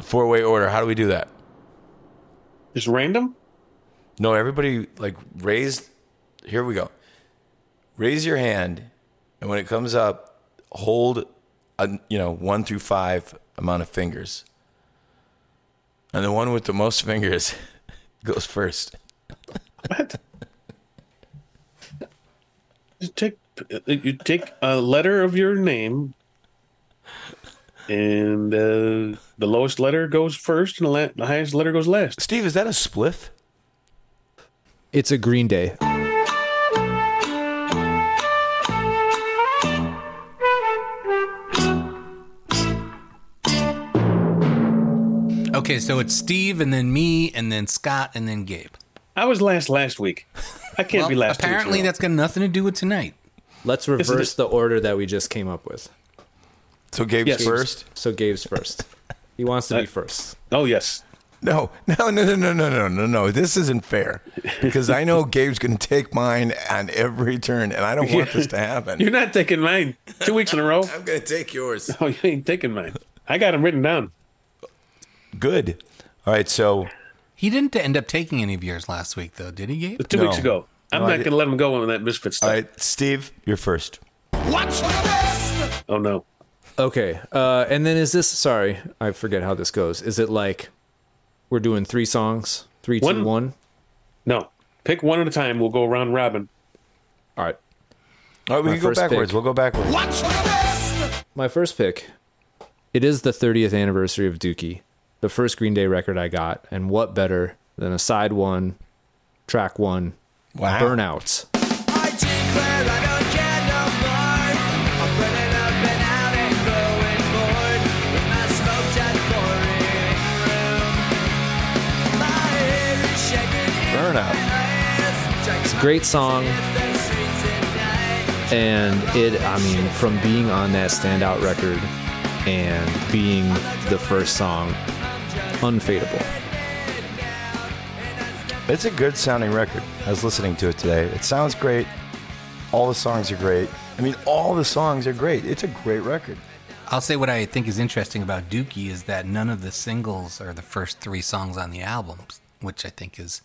Speaker 3: Four way order. How do we do that?
Speaker 6: Just random?
Speaker 3: No, everybody like raise. Here we go. Raise your hand, and when it comes up, hold, a, you know, one through five amount of fingers. And the one with the most fingers goes first.
Speaker 6: You take you take a letter of your name, and uh, the lowest letter goes first, and the, la- the highest letter goes last.
Speaker 3: Steve, is that a spliff?
Speaker 5: It's a Green Day.
Speaker 4: Okay, so it's Steve and then me and then Scott and then Gabe.
Speaker 6: I was last last week. I can't
Speaker 4: Well,
Speaker 6: be last. two weeks in a
Speaker 4: apparently
Speaker 6: row.
Speaker 4: that's got nothing to do with tonight.
Speaker 5: Let's
Speaker 6: it
Speaker 5: reverse
Speaker 6: a-
Speaker 5: the order that we just came up with.
Speaker 3: So Gabe's
Speaker 6: Yes.
Speaker 3: first.
Speaker 5: So Gabe's first. He wants to be
Speaker 6: Uh,
Speaker 5: first.
Speaker 6: oh yes,
Speaker 3: No, no, no, no, no, no, no, no, no. This isn't fair because I know Gabe's going to take mine on every turn, and I don't want this to happen.
Speaker 6: you're not taking mine two weeks in a row.
Speaker 3: I'm going to take yours.
Speaker 6: Oh, you ain't taking mine. I got them written down.
Speaker 3: Good. All right. So
Speaker 4: He didn't end up taking any of yours last week, though, did he, Gabe?
Speaker 6: Two
Speaker 3: No.
Speaker 6: weeks ago. I'm
Speaker 3: No, I
Speaker 6: not
Speaker 3: did-
Speaker 6: going to let them go on that misfit
Speaker 3: all
Speaker 6: stuff.
Speaker 3: right, Steve, you're first.
Speaker 6: Oh no.
Speaker 5: Okay. Uh, and then is this? Sorry, I forget how this goes. Is it like we're doing three songs? Three, two,
Speaker 6: One.
Speaker 5: one.
Speaker 6: No. Pick one at a time. We'll go round robin.
Speaker 5: All right.
Speaker 3: All right, we
Speaker 5: My
Speaker 3: can go
Speaker 5: first pick.
Speaker 3: backwards. We'll go backwards.
Speaker 5: My first pick. It is the 30th anniversary of Dookie, the first Green Day record I got, and what better than a side one, track one,
Speaker 3: Wow.
Speaker 5: Burnout.
Speaker 3: Burnout.
Speaker 5: It's a great song. And it, I mean, from being on that standout record and being the first song, unfadable.
Speaker 3: It's a good sounding record. I was listening to it today. It sounds great. All the songs are great. I mean, all the songs are great. It's a great record.
Speaker 4: I'll say what I think is interesting about Dookie is that none of the singles are the first three songs on the album, which I think is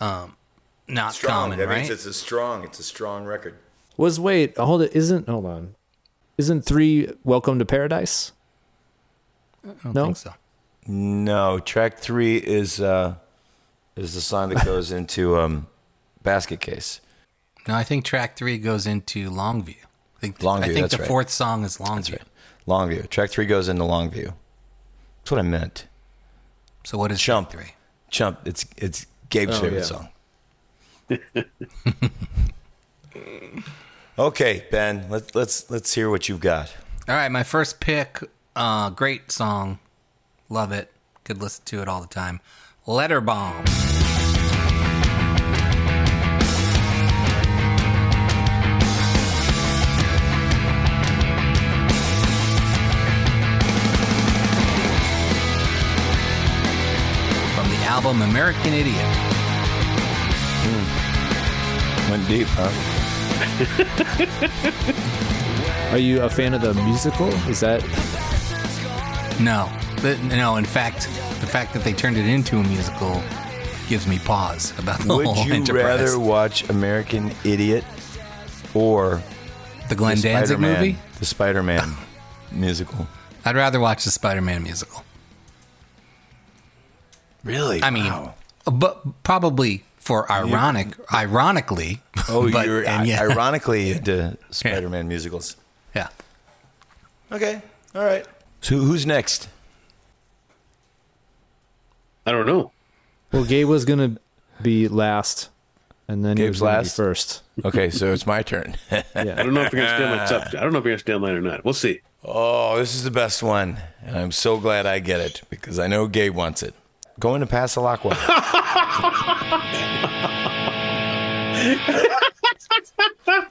Speaker 4: um, not common, right?
Speaker 3: a strong. It's a strong record.
Speaker 5: Was wait, hold it, isn't hold on. Isn't three Welcome to Paradise?
Speaker 4: I don't
Speaker 5: No?
Speaker 4: think so.
Speaker 3: No, track three is uh, is the song that goes into um, basket case.
Speaker 4: No, I think track three goes into Longview. I think,
Speaker 3: Longview,
Speaker 4: I think
Speaker 3: that's
Speaker 4: the
Speaker 3: right.
Speaker 4: fourth song is Longview.
Speaker 3: Longview. Track three goes into Longview. That's what I meant.
Speaker 4: So what is
Speaker 3: Chump.
Speaker 4: track three?
Speaker 3: Chump. It's it's Gabe's
Speaker 5: Oh,
Speaker 3: favorite
Speaker 5: yeah.
Speaker 3: song. okay, Ben. Let's let's let's hear what you've got.
Speaker 4: All right, my first pick. Uh, great song, love it. Could listen to it all the time. Letter Bomb. From the album American Idiot.
Speaker 3: Went deep, huh?
Speaker 5: Are you a fan of the musical? Is that
Speaker 4: No, Th- no. In fact, the fact that they turned it into a musical gives me pause about the
Speaker 3: Would
Speaker 4: whole
Speaker 3: you
Speaker 4: enterprise.
Speaker 3: rather watch American Idiot or
Speaker 4: the Glenn
Speaker 3: the
Speaker 4: Danzig
Speaker 3: Spider-Man-
Speaker 4: movie?
Speaker 3: The Spider-Man musical.
Speaker 4: I'd rather watch the Spider-Man musical.
Speaker 3: Really?
Speaker 4: I mean, but probably for ironic, ironically.
Speaker 3: oh,
Speaker 4: but-
Speaker 3: you're
Speaker 4: and yeah,
Speaker 3: ironically into Spider-Man musicals.
Speaker 4: yeah.
Speaker 3: Okay. All right. So who's next?
Speaker 6: I don't know.
Speaker 5: well? Gabe was gonna be last, and then he
Speaker 3: Gabe's
Speaker 5: was gonna be
Speaker 3: last?
Speaker 5: first.
Speaker 3: Okay, so it's my turn.
Speaker 6: I don't know if you're gonna steal my top. I don't know if you're gonna steal mine or not. We'll see.
Speaker 3: oh, this is the best one, and I'm so glad I get it because I know Gabe wants it. Going to Pasalacqua.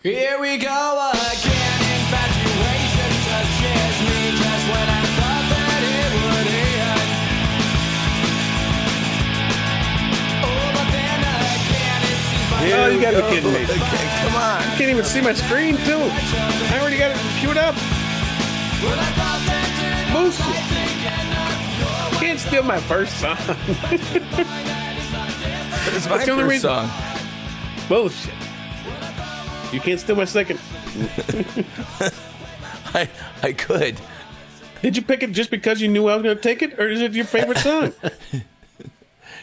Speaker 8: Here we go again. Infatuation touches me just when I thought that it would end. Oh, but then again, it seems my
Speaker 6: Oh, you gotta be kidding me!
Speaker 3: okay, come on.
Speaker 6: I can't even see my screen too. I already got it queued up.
Speaker 8: Well, I thought that did
Speaker 6: Moose.
Speaker 8: I think enough. You're
Speaker 6: Can't steal my first song.
Speaker 3: It's my
Speaker 6: That's the only
Speaker 3: first
Speaker 6: reason-
Speaker 3: song.
Speaker 6: Bullshit. You can't steal my second.
Speaker 3: I, I could.
Speaker 6: Did you pick it just because you knew I was gonna take it, or is it your favorite song?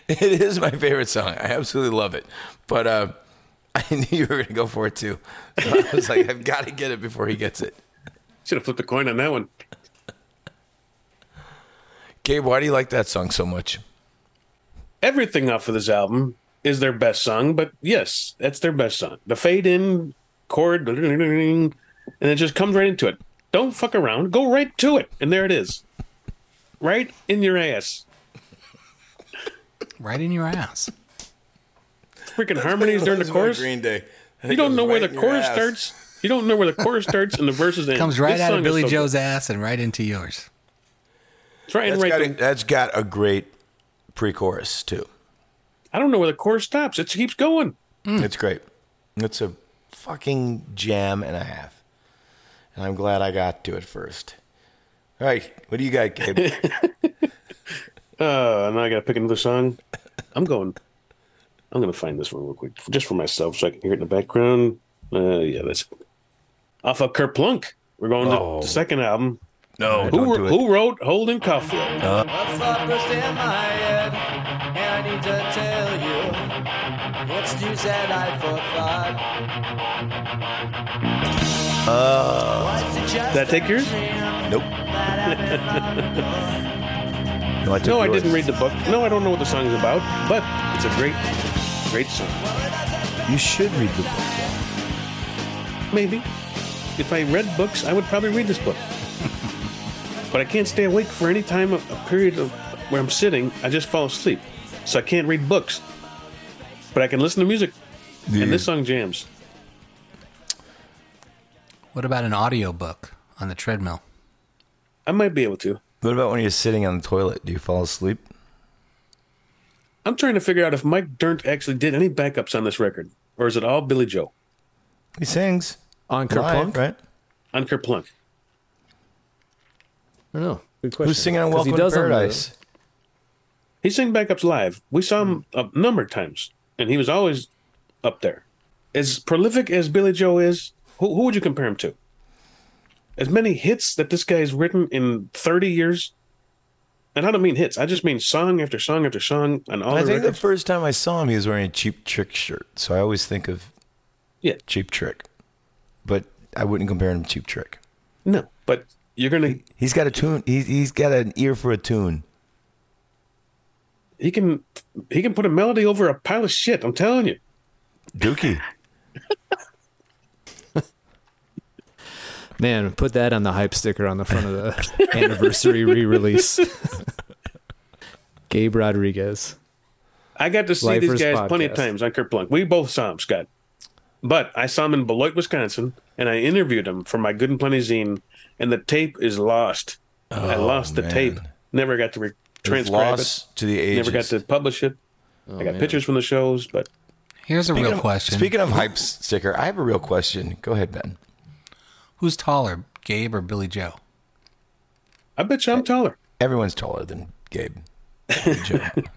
Speaker 3: It is my favorite song. I absolutely love it. But uh, I knew you were going to go for it too. So I was like, I've got to get it before he gets it.
Speaker 6: Should have flipped a coin on that one.
Speaker 3: Gabe, why do you like that song so much?
Speaker 6: everything off of this album is their best song, but yes, that's their best song. The fade in chord, and it just comes right into it. Don't fuck around. Go right to it. And there it is. Right in your ass.
Speaker 4: Right in your ass.
Speaker 6: Freaking harmonies during the chorus. You
Speaker 3: Day.
Speaker 6: don't know where the chorus starts. You don't know where the chorus starts and the verses end.
Speaker 4: Comes right
Speaker 6: This
Speaker 4: out
Speaker 6: song
Speaker 4: of
Speaker 6: is
Speaker 4: Billy
Speaker 6: so good.
Speaker 4: Joe's ass and right into yours.
Speaker 6: It's right in
Speaker 3: That's
Speaker 6: right
Speaker 3: got,
Speaker 6: there.
Speaker 3: a, that's got a great pre-chorus too.
Speaker 6: I don't know where the chorus stops. It keeps going.
Speaker 3: It's great. It's a fucking jam and a half. And I'm glad I got to it first. All right, what do you got, Gabe?
Speaker 6: Uh, now I gotta pick another song. I'm going. I'm gonna find this one real quick, just for myself, so I can hear it in the background. Uh, yeah, that's off of Kerplunk. We're going to the second album.
Speaker 3: no,
Speaker 6: Who,
Speaker 3: Oh. don't do it.
Speaker 6: who wrote Holden Caulfield?
Speaker 8: What's up first in my head? And I need to tell you what's new said I forgot. Uh,
Speaker 6: Did I take yours?
Speaker 3: Nope. no, I, took
Speaker 6: No, I
Speaker 3: yours.
Speaker 6: didn't read the book. No, I don't know what the song's about, but it's a great, great song.
Speaker 3: You should read the book.
Speaker 6: Maybe if I read books, I would probably read this book. but I can't stay awake for any time, a period of where I'm sitting. I just fall asleep, so I can't read books. But I can listen to music. And this song jams.
Speaker 4: What about an audiobook on the treadmill?
Speaker 6: I might be able to.
Speaker 3: What about when you're sitting on the toilet? Do you fall asleep?
Speaker 6: I'm trying to figure out if Mike Dirnt actually did any backups on this record, or is it all Billy Joe
Speaker 3: He sings
Speaker 5: On
Speaker 3: live,
Speaker 5: Kerplunk?
Speaker 3: right?
Speaker 6: on Kerplunk?
Speaker 5: I don't know. Good question.
Speaker 3: Who's singing on
Speaker 5: 'Cause
Speaker 3: Welcome
Speaker 5: he
Speaker 3: to
Speaker 5: does on the-
Speaker 3: Paradise?
Speaker 6: He sang backups live. We saw him
Speaker 3: Hmm.
Speaker 6: a number of times, and he was always up there. As prolific as Billy Joe is, who, who would you compare him to? as many hits that this guy's written in 30 years. And I don't mean hits. I just mean song after song after song and all
Speaker 3: I
Speaker 6: the
Speaker 3: think the
Speaker 6: records.
Speaker 3: first time I saw him, he was wearing a Cheap Trick shirt. So I always think of
Speaker 6: Yeah.
Speaker 3: Cheap Trick, but I wouldn't compare him to Cheap Trick.
Speaker 6: No, but you're gonna
Speaker 3: He's got a tune. He's he's got an ear for a tune.
Speaker 6: he can he can put a melody over a pile of shit. I'm telling you.
Speaker 3: Dookie.
Speaker 5: Man, put that on the hype sticker on the front of the anniversary re-release. Gabe Rodriguez.
Speaker 6: I got to see
Speaker 5: Lifer's
Speaker 6: these guys plenty of
Speaker 5: podcast.
Speaker 6: times on Kurt Blank. We both saw him, Scott. But I saw him in Beloit, Wisconsin, and I interviewed him for my Good and Plenty zine, and the tape is lost. I lost the
Speaker 3: Oh, man.
Speaker 6: tape. Never got to re- transcribe
Speaker 3: Loss to the
Speaker 6: it.
Speaker 3: ages. Oh,
Speaker 6: Never got to publish it. I got pictures from the shows, but
Speaker 4: Here's a real
Speaker 3: of,
Speaker 4: question.
Speaker 3: Speaking of hype sticker, I have a real question. Go ahead, Ben.
Speaker 4: Who's taller, Gabe or Billy Joe?
Speaker 6: I bet you I'm taller.
Speaker 3: Everyone's taller than Gabe. Good job.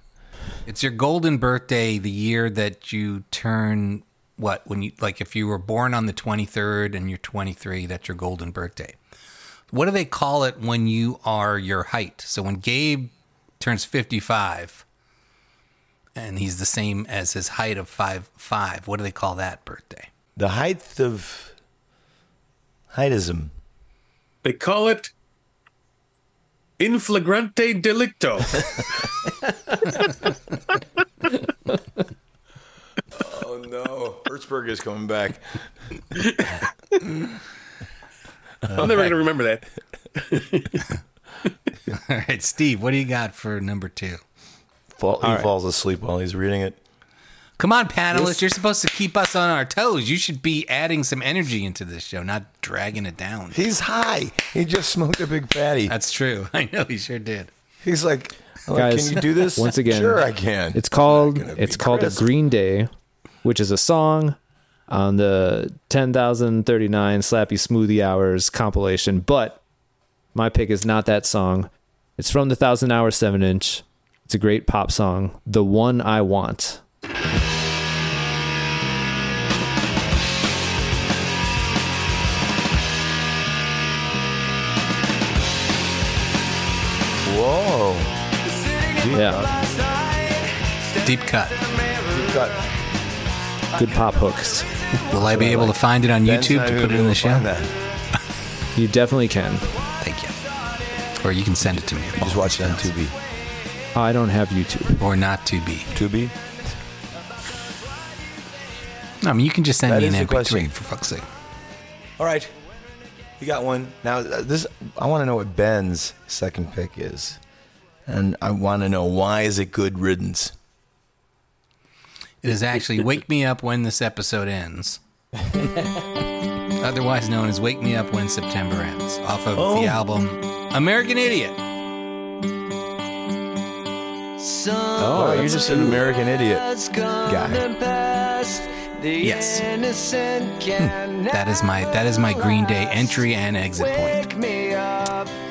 Speaker 4: It's your golden birthday, the year that you turn what when you like if you were born on the 23rd and you're 23, that's your golden birthday. What do they call it when you are your height? So when Gabe turns 55 and he's the same as his height of five five, what do they call that birthday?
Speaker 3: the height of heightism.
Speaker 6: They call it in flagrante delicto.
Speaker 3: Oh no, Hertzberg is coming back.
Speaker 6: I'm never going to remember that.
Speaker 4: All right, Steve, what do you got for number 2?
Speaker 3: Fall, he falls asleep while he's reading it.
Speaker 4: Come on, panelists, you're supposed to keep us on our toes. You should be adding some energy into this show, not dragging it down.
Speaker 3: He's high. He just smoked a big fatty.
Speaker 4: That's true. I know he sure did.
Speaker 3: He's like, I'm like,
Speaker 5: Guys,
Speaker 3: can you do this?
Speaker 5: Once again,
Speaker 3: sure I can.
Speaker 5: It's called
Speaker 3: not gonna
Speaker 5: it's
Speaker 3: be
Speaker 5: called
Speaker 3: crisp.
Speaker 5: Green Day, which is a song on the 10,039 Slappy Smoothie Hours compilation, but my pick is not that song. It's from the 1000 Hour 7 inch. It's a great pop song, The One I Want.
Speaker 3: whoa.
Speaker 5: Yeah.
Speaker 4: Deep cut.
Speaker 3: Cut.
Speaker 5: Good pop hooks.
Speaker 4: Will I be able to find it on
Speaker 3: Ben's
Speaker 4: YouTube
Speaker 3: not
Speaker 4: to
Speaker 3: gonna
Speaker 4: put
Speaker 3: be
Speaker 4: it in
Speaker 3: able
Speaker 4: the
Speaker 3: to find
Speaker 4: show?
Speaker 3: that.
Speaker 5: You definitely can.
Speaker 4: Thank you. Or you can send it to me.
Speaker 3: Just watch it on Tubi.
Speaker 5: I don't have YouTube.
Speaker 4: Or not to be.
Speaker 3: Tubi.
Speaker 4: No, I mean, you can just send
Speaker 3: That
Speaker 4: me an
Speaker 3: is the
Speaker 4: MP3
Speaker 3: question.
Speaker 4: for fuck's sake.
Speaker 3: All right, you got one. Now uh, this, I want to know what Ben's second pick is, and I want to know why is it good riddance.
Speaker 4: It is actually Wake Me Up When This Episode Ends. Otherwise known as Wake Me Up When September Ends, off of the album American Idiot.
Speaker 3: Oh, you're just an American idiot guy.
Speaker 4: Yes. That is my that is my Green Day entry and exit point.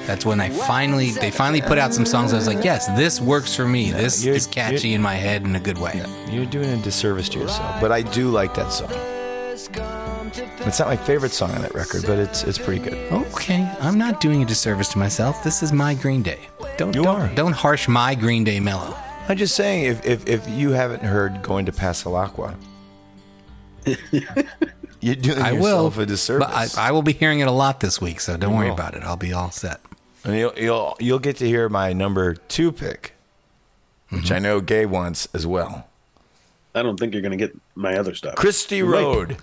Speaker 4: That's when I finally they finally put out some songs. I was like, yes, this works for me. This
Speaker 3: you're-
Speaker 4: is catchy
Speaker 3: you're-
Speaker 4: in my head in a good way.
Speaker 3: You're doing a disservice to yourself. But I do like that song. It's not my favorite song on that record, but it's it's pretty good.
Speaker 4: Okay, I'm not doing a disservice to myself. This is my Green Day. Don't
Speaker 3: You
Speaker 4: don't,
Speaker 3: are.
Speaker 4: don't harsh my Green Day mellow.
Speaker 3: I'm just saying, if if, if you haven't heard "Going to Pasalacqua," you're doing
Speaker 4: I will.
Speaker 3: yourself a disservice.
Speaker 4: But I, I will be hearing it a lot this week, so don't worry about it. I'll be all set.
Speaker 3: And you'll you'll you'll get to hear my number two pick, which
Speaker 4: Mm-hmm.
Speaker 3: I know Gay wants as well.
Speaker 6: I don't think you're going to get my other stuff.
Speaker 3: Christie
Speaker 6: Right.
Speaker 3: Road.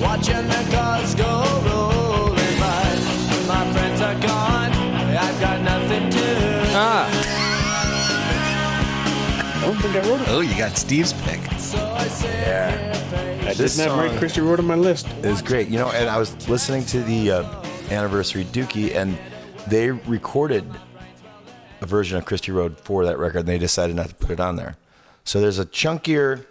Speaker 8: Watching the cars go rolling by. My friends are gone. I've got nothing to lose.
Speaker 6: I don't think I wrote it.
Speaker 4: Oh, you got Steve's pick.
Speaker 6: I did
Speaker 3: This
Speaker 6: not write
Speaker 3: song-
Speaker 6: Christy Road on my list.
Speaker 3: It was great, you know. And I was listening to the uh, anniversary Dookie, and they recorded a version of Christie Road for that record, and they decided not to put it on there. So there's a chunkier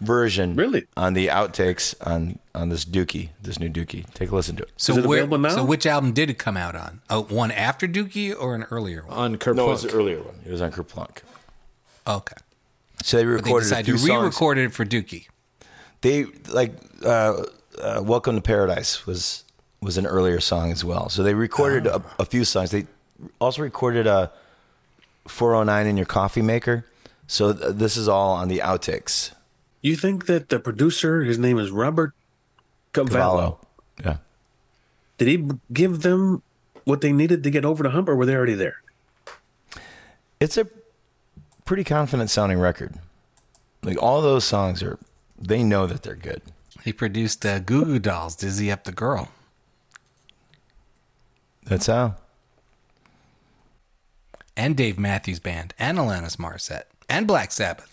Speaker 3: version,
Speaker 6: Really?
Speaker 3: on the outtakes on on this Dookie, this new Dookie. Take a listen to it.
Speaker 4: So
Speaker 6: Is it
Speaker 4: where,
Speaker 6: available now?
Speaker 4: so which album did it come out on? Oh, one after Dookie or an earlier one?
Speaker 5: On Kerplunk.
Speaker 3: earlier one. It was on Kerplunk.
Speaker 4: Okay.
Speaker 3: So they
Speaker 4: But they
Speaker 3: recorded a
Speaker 4: decided
Speaker 3: few
Speaker 4: to
Speaker 3: songs.
Speaker 4: re-record it for Dookie.
Speaker 3: they like uh, uh, "Welcome to Paradise" was was an earlier song as well. So they recorded a, a few songs. They also recorded a 409 in your coffee maker. So th- this is all on the outtakes.
Speaker 6: You think that the producer, his name is Robert Cavallo,
Speaker 3: Follow. Yeah.
Speaker 6: did he give them what they needed to get over the hump, or were they already there?
Speaker 3: it's a pretty confident sounding record. Like all those songs are, they know that they're good.
Speaker 4: He produced uh, Goo Goo Dolls, Dizzy Up the Girl.
Speaker 3: That's how.
Speaker 4: and Dave Matthews Band and Alanis Morissette and Black Sabbath.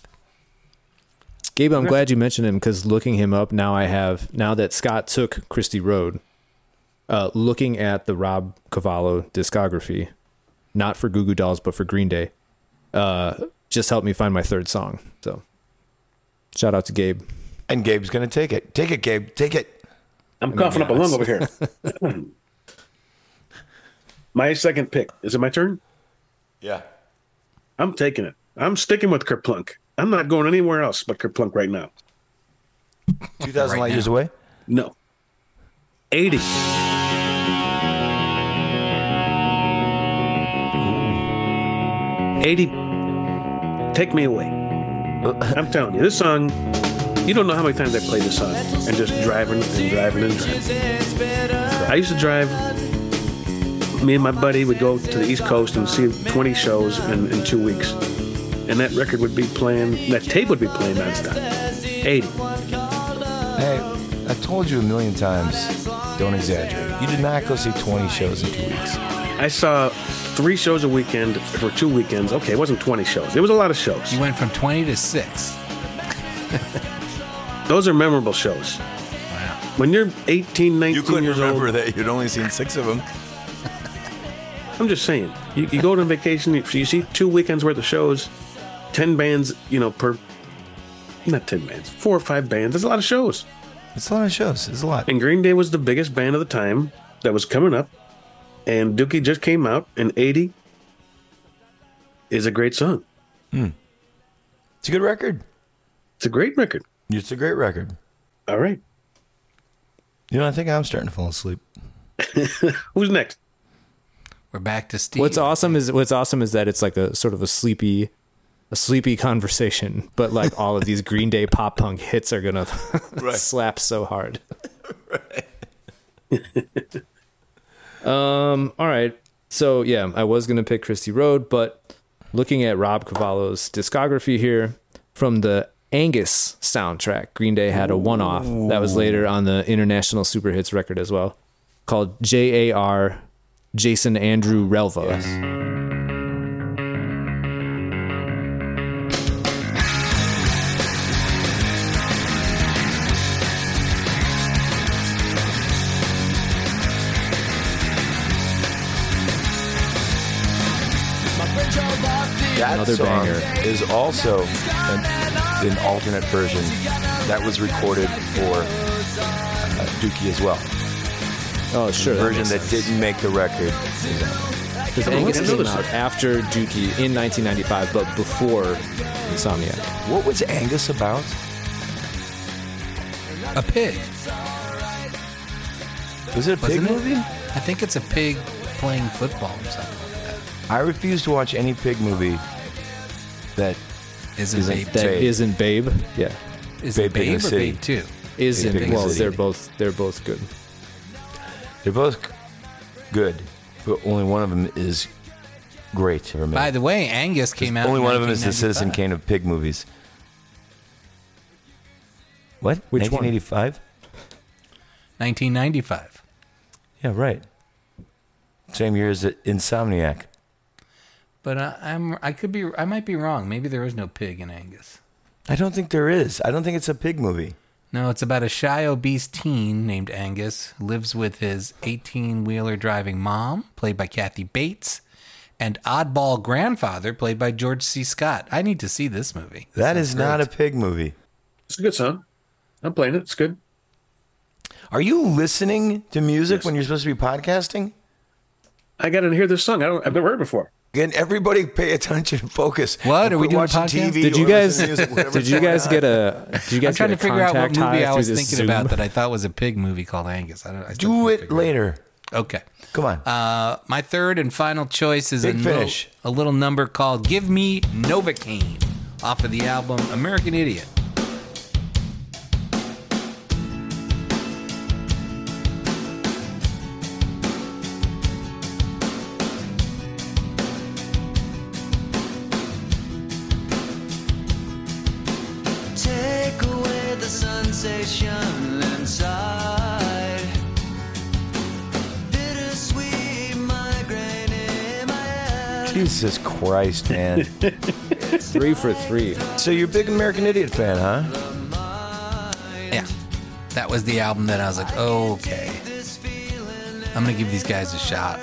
Speaker 5: Gabe, I'm glad you mentioned him because looking him up now, I have now that Scott took Christie Road, uh, looking at the Rob Cavallo discography, not for Goo Goo Dolls but for Green Day, uh, just helped me find my third song. So, shout out to Gabe.
Speaker 3: And Gabe's gonna take it. Take it, Gabe. Take it.
Speaker 6: I'm coughing up a lung over here. my second pick. Is it my turn?
Speaker 3: Yeah.
Speaker 6: I'm taking it. I'm sticking with Kerplunk. I'm not going anywhere else but Kerplunk right now.
Speaker 3: Two thousand light
Speaker 4: now.
Speaker 3: years away.
Speaker 6: No. 80. Eighty. Take me away. I'm telling you, this song. You don't know how many times I played this song and just driving and driving and driving. I used to drive. Me and my buddy would go to the East Coast and see 20 shows in, in two weeks, and that record would be playing. That tape would be playing nonstop. 80.
Speaker 3: Hey, I told you a million times. Don't exaggerate. You did not go see twenty shows in two weeks.
Speaker 6: I saw three shows a weekend for two weekends. Okay, it wasn't 20 shows. It was a lot of shows.
Speaker 4: You went from 20 to 6.
Speaker 6: Those are memorable shows. When you're 18, 19 years old,
Speaker 3: that you'd only seen six of them.
Speaker 6: I'm just saying, you, you go on vacation, you, you see two weekends worth of shows, 10 bands, you know, per, not 10 bands, four or five bands. That's a lot of shows.
Speaker 3: It's a lot of shows. It's a lot.
Speaker 6: And Green Day was the biggest band of the time that was coming up. And Dookie just came out, and 80 is a great song.
Speaker 3: It's a good record.
Speaker 6: It's a great record.
Speaker 3: It's a great record.
Speaker 6: All right.
Speaker 3: You know, I think I'm starting to fall asleep.
Speaker 6: Who's next?
Speaker 4: We're back to Steve.
Speaker 5: What's awesome is what's awesome is that it's like a sort of a sleepy, a sleepy conversation, but like all of these Green Day pop punk hits are gonna slap so hard. um. All right. So yeah, I was gonna pick Christy Road, but looking at Rob Cavallo's discography here from the Angus soundtrack, Green Day had a one-off that was later on the International Super Hits record as well, called J.A.R. Jason Andrew Relva.
Speaker 3: That
Speaker 5: Another
Speaker 3: song
Speaker 5: banger.
Speaker 3: is also an, an alternate version that was recorded for uh, Dookie as well.
Speaker 5: Oh, sure.
Speaker 3: The version that didn't make the record.
Speaker 5: Because Angus
Speaker 6: I
Speaker 5: came
Speaker 6: noticed
Speaker 5: out after Dookie in 1995, but before Insomniac.
Speaker 3: What was Angus about?
Speaker 4: a pig?
Speaker 3: Was it a pig
Speaker 4: Wasn't it?
Speaker 3: movie?
Speaker 4: I think it's a pig playing football or something.
Speaker 3: I refuse to watch any pig movie that
Speaker 4: Is it
Speaker 3: Isn't
Speaker 4: Babe
Speaker 5: That
Speaker 3: that- Babe.
Speaker 5: not Babe. Yeah.
Speaker 4: two? Is it
Speaker 3: Babe in
Speaker 4: Babe
Speaker 3: the
Speaker 4: or
Speaker 3: City.
Speaker 4: Babe 2?
Speaker 5: Isn't
Speaker 3: Big
Speaker 5: well,
Speaker 3: City.
Speaker 5: they're both they're both good.
Speaker 3: they're both good, but only one of them is great. Or
Speaker 4: By
Speaker 3: maybe-
Speaker 4: the way, Angus came out.
Speaker 3: only
Speaker 4: in
Speaker 3: one of them is the
Speaker 4: 1995.
Speaker 3: Citizen Kane of pig movies. What?
Speaker 5: Which one?
Speaker 3: 1985?
Speaker 4: 1995.
Speaker 3: Yeah, right. Same year as Insomniac.
Speaker 4: But I, I'm I could be I might be wrong. Maybe there is no pig in Angus.
Speaker 3: I don't think there is. I don't think it's a pig movie.
Speaker 4: No, it's about a shy obese teen named Angus who lives with his 18-wheeler driving mom, played by Kathy Bates, and oddball grandfather played by George C. Scott. I need to see this movie.
Speaker 3: That is not a pig movie.
Speaker 6: It's a good song. I'm playing it. It's good.
Speaker 3: Are you listening to music
Speaker 6: Yes.
Speaker 3: when you're supposed to be podcasting?
Speaker 6: I got to hear this song. I don't. I've never heard it before.
Speaker 3: Again, everybody pay attention and focus.
Speaker 4: What?
Speaker 3: And
Speaker 4: Are
Speaker 3: quit
Speaker 4: we doing a
Speaker 3: watching
Speaker 4: podcast?
Speaker 3: TV
Speaker 5: Did you
Speaker 3: or
Speaker 5: guys?
Speaker 3: listen to music, whatever's
Speaker 5: did you
Speaker 3: going
Speaker 5: guys
Speaker 3: on.
Speaker 5: get a? Did you guys
Speaker 4: I'm trying to
Speaker 5: get a
Speaker 4: figure out what
Speaker 5: contact high
Speaker 4: movie I was
Speaker 5: through this
Speaker 4: thinking
Speaker 5: Zoom?
Speaker 4: about that I thought was a pig movie called Angus. I don't. I still
Speaker 3: Do
Speaker 4: can't
Speaker 3: it
Speaker 4: figure
Speaker 3: later.
Speaker 4: out. Okay.
Speaker 3: Come on.
Speaker 4: Uh, my third and final choice is a
Speaker 3: Big
Speaker 4: little,
Speaker 3: finish.
Speaker 4: a little number called "Give Me Novocaine" off of the album American Idiot.
Speaker 9: Take away the sensation inside. Bittersweet migraine in my head.
Speaker 3: Jesus Christ, man.
Speaker 5: Three for three.
Speaker 3: so you're a big American Idiot fan, huh?
Speaker 4: Yeah, that was the album that I was like, okay, I'm gonna give these guys a shot.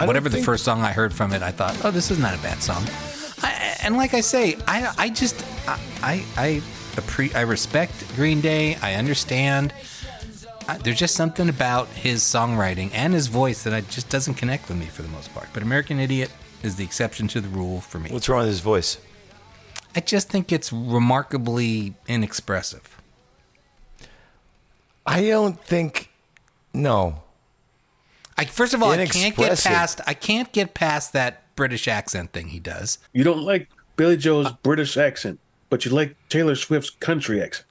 Speaker 4: Whatever the
Speaker 3: think-
Speaker 4: first song I heard from it, I thought, oh, this is not a bad song. I, and like I say, I I just I I I, appre- I respect Green Day. I understand. I, there's just something about his songwriting and his voice that I just doesn't connect with me for the most part. But American Idiot is the exception to the rule for me.
Speaker 3: What's wrong with his voice?
Speaker 4: I just think it's remarkably inexpressive.
Speaker 3: I don't think. No.
Speaker 4: I first of all, I can't get
Speaker 3: Inexpressive.
Speaker 4: past. I can't get past that British accent thing he does.
Speaker 6: You don't like Billy Joe's British accent, but you like Taylor Swift's country accent.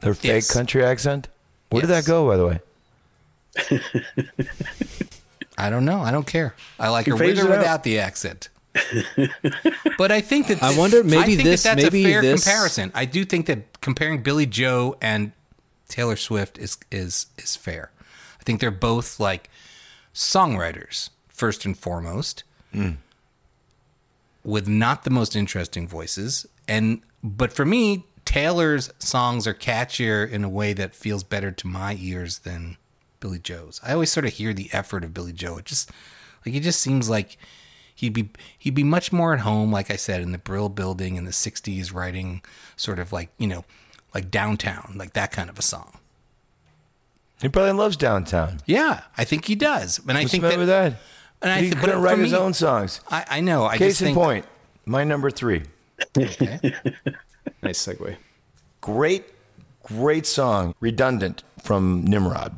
Speaker 3: Their fake
Speaker 4: Yes.
Speaker 3: country accent? Where did
Speaker 4: Yes.
Speaker 3: that go, by the way?
Speaker 4: I don't know. I don't care. I like her with
Speaker 6: phased
Speaker 4: or
Speaker 6: it out.
Speaker 4: without the accent. but I think that
Speaker 5: I wonder, maybe
Speaker 4: I think that
Speaker 5: this-
Speaker 4: that's
Speaker 5: maybe
Speaker 4: a fair
Speaker 5: this-
Speaker 4: comparison. I do think that comparing Billy Joe and Taylor Swift is is is fair. I think they're both like songwriters first and foremost, with not the most interesting voices. And but for me, Taylor's songs are catchier in a way that feels better to my ears than Billy Joe's. I always sort of hear the effort of Billy Joe. It just like it just seems like he'd be he'd be much more at home, like I said, in the Brill Building in the '60s, writing sort of like you know, like downtown, like that kind of a song.
Speaker 3: He probably loves downtown.
Speaker 4: Yeah, I think he does, and I
Speaker 3: What's the
Speaker 4: think
Speaker 3: matter
Speaker 4: that,
Speaker 3: with that?
Speaker 4: And I
Speaker 3: He's
Speaker 4: think-
Speaker 3: going to
Speaker 4: but
Speaker 3: write
Speaker 4: for
Speaker 3: his
Speaker 4: me-
Speaker 3: own songs.
Speaker 4: I, I know. I
Speaker 3: Case
Speaker 4: just
Speaker 3: in
Speaker 4: think,
Speaker 3: point, my number three.
Speaker 5: Nice segue.
Speaker 3: Great, great song, Redundant from Nimrod.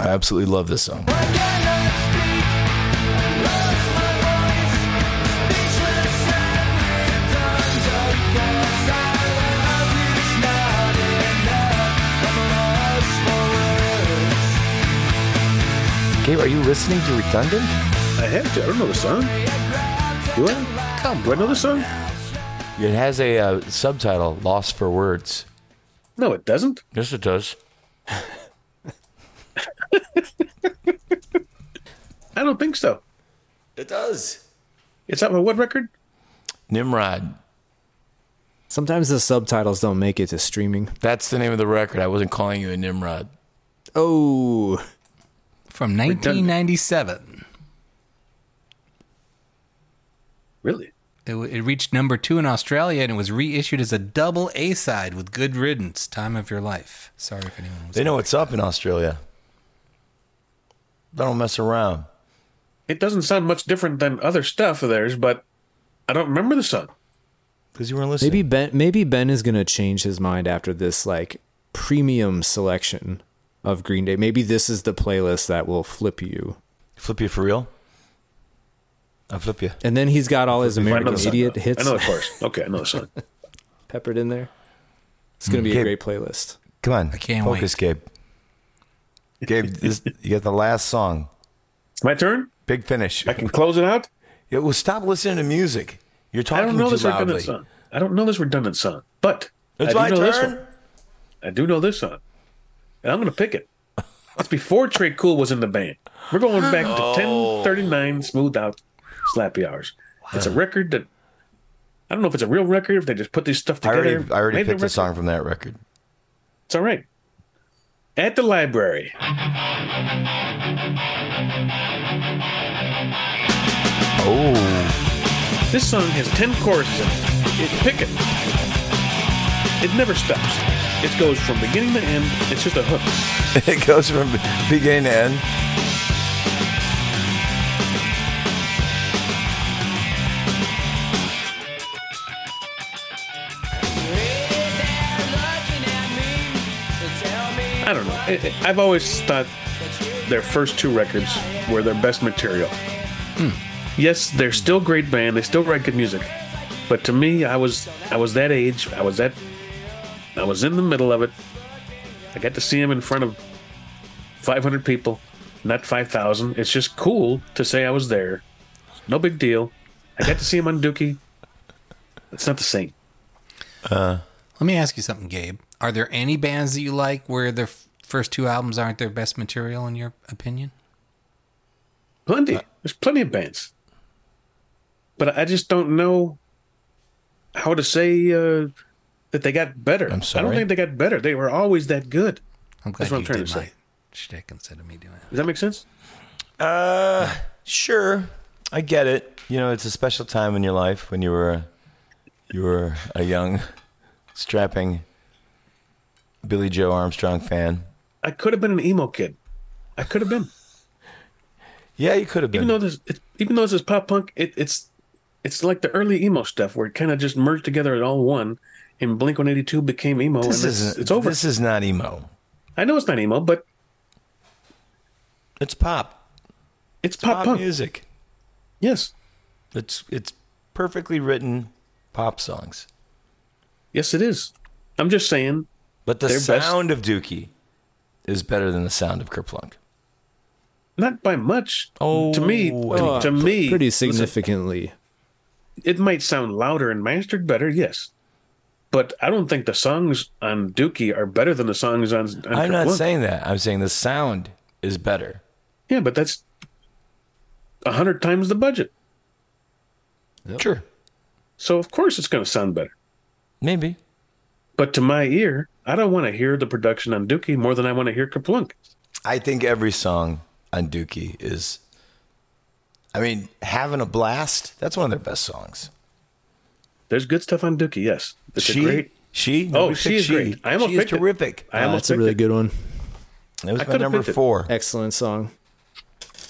Speaker 3: I absolutely love this song. Gabe, are you listening to Redundant?
Speaker 6: I have to. I don't know the song. Do I?
Speaker 4: Come
Speaker 6: Do I know the song?
Speaker 3: It has a uh, subtitle, Lost for Words.
Speaker 6: No, it doesn't.
Speaker 3: Yes, it does.
Speaker 6: I don't think so.
Speaker 3: It does.
Speaker 6: It's out on what record?
Speaker 3: Nimrod.
Speaker 5: Sometimes the subtitles don't make it to streaming.
Speaker 3: That's the name of the record. I wasn't calling you a Nimrod.
Speaker 5: Oh,
Speaker 4: from 1997.
Speaker 6: Really?
Speaker 4: It, w- it reached number two in Australia and it was reissued as a double A side with "Good Riddance," "Time of Your Life." Sorry if anyone was.
Speaker 3: They know what's up in Australia. They don't mess around.
Speaker 6: It doesn't sound much different than other stuff of theirs, but I don't remember the song.
Speaker 3: Because you weren't listening.
Speaker 5: maybe Ben. Maybe Ben is gonna change his mind after this like premium selection of Green Day. Maybe this is the playlist that will flip you.
Speaker 3: Flip you for real? I'll flip you.
Speaker 5: And then he's got all his
Speaker 6: I know
Speaker 5: American
Speaker 6: the song.
Speaker 5: Idiot
Speaker 6: though. I
Speaker 5: hits
Speaker 6: know the chorus. Okay, I know the song.
Speaker 5: peppered in there. It's gonna be
Speaker 3: Okay.
Speaker 5: a great playlist.
Speaker 3: Come on. I
Speaker 4: can't wait.
Speaker 3: Focus, Gabe. Gabe, this, you got the last song.
Speaker 6: My turn.
Speaker 3: Big finish.
Speaker 6: I can close it out.
Speaker 3: Yeah, well, stop listening to music. You're
Speaker 6: I
Speaker 3: talking
Speaker 6: don't know
Speaker 3: too
Speaker 6: this
Speaker 3: loudly.
Speaker 6: redundant song. I don't know this redundant song, but I
Speaker 3: It's
Speaker 6: do
Speaker 3: my
Speaker 6: know this
Speaker 3: turn.
Speaker 6: one. I do know this song, and I'm going to pick it. It's before Trey Cool was in the band. We're going back to
Speaker 3: Oh.
Speaker 6: 1039 Smooth Out Slappy Hours. It's a record that I don't know if it's a real record if they just put this stuff
Speaker 3: I
Speaker 6: together.
Speaker 3: already, I already
Speaker 6: made the
Speaker 3: picked a
Speaker 6: record.
Speaker 3: song from that record.
Speaker 6: It's all right. At the library.
Speaker 3: Oh,
Speaker 6: This song has 10 choruses in it. It- Pick it. It never stops. It goes from beginning to end. It's just a hook.
Speaker 3: it goes from beginning to end.
Speaker 6: I don't know. I, I've always thought their first two records were their best material. Yes, they're still a great band. They still write good music. But to me, I was I was that age. I was that I was in the middle of it. I got to see them in front of 500 people, not 5,000. It's just cool to say I was there. No big deal. I got to see them on Dookie. It's not the same.
Speaker 4: Let me ask you something, Gabe. Are there any bands that you like where their f- first two albums aren't their best material, in your opinion?
Speaker 6: Plenty. Uh, There's plenty of bands. But I just don't know how to say uh, that they got better. I'm I
Speaker 3: sorry?
Speaker 6: don't think they got better. They were always that good.
Speaker 4: I'm glad
Speaker 6: That's what
Speaker 4: you
Speaker 6: I'm trying
Speaker 4: did
Speaker 6: to
Speaker 4: my
Speaker 6: say.
Speaker 4: shtick instead of me doing it.
Speaker 6: Does that make sense?
Speaker 3: Uh, sure. I get it. You know, it's a special time in your life when you were you were a young, strapping Billy Joe Armstrong fan.
Speaker 6: I could have been an emo kid. I could have been.
Speaker 3: Yeah, you could have been.
Speaker 6: Even though this, it, even though this is pop punk, it, it's it's like the early emo stuff where it kind of just merged together at all one, and Blink One Eighty Two became emo,
Speaker 3: this
Speaker 6: and it's,
Speaker 3: is
Speaker 6: it's over.
Speaker 3: This is not emo.
Speaker 6: I know it's not emo, but
Speaker 3: It's pop.
Speaker 6: it's, pop,
Speaker 3: Pop
Speaker 6: punk.
Speaker 3: music.
Speaker 6: Yes,
Speaker 3: It's it's perfectly written pop songs.
Speaker 6: yes, it is. I'm just saying.
Speaker 3: But the
Speaker 6: Their best-
Speaker 3: sound of Dookie is better than the sound of Kerplunk.
Speaker 6: Not by much. Oh, to me, to, to me,
Speaker 5: Pretty significantly.
Speaker 6: it might sound louder and mastered better. Yes, but I don't think the songs on Dookie are better than the songs on. on
Speaker 3: I'm not
Speaker 6: Kerplunk.
Speaker 3: saying that. I'm saying the sound is better.
Speaker 6: Yeah, but that's a hundred times the budget.
Speaker 3: Sure.
Speaker 6: So of course it's going to sound better.
Speaker 3: Maybe.
Speaker 6: But to my ear, I don't want to hear the production on Dookie more than I want to hear Kaplunk.
Speaker 3: I think every song on Dookie is, I mean, having a blast. That's one of their best songs.
Speaker 6: There's good stuff on Dookie. Yes, it's a
Speaker 3: she,
Speaker 6: great.
Speaker 3: she,
Speaker 6: Oh,
Speaker 3: Nobody
Speaker 6: she
Speaker 3: picked
Speaker 6: is great. I almost
Speaker 3: she is
Speaker 6: picked it.
Speaker 3: terrific.
Speaker 6: I
Speaker 5: Uh,
Speaker 6: almost
Speaker 5: that's a
Speaker 6: picked
Speaker 5: really
Speaker 6: it.
Speaker 5: good one.
Speaker 3: That was my
Speaker 6: I could've
Speaker 3: number
Speaker 6: picked it.
Speaker 3: four.
Speaker 5: Excellent song.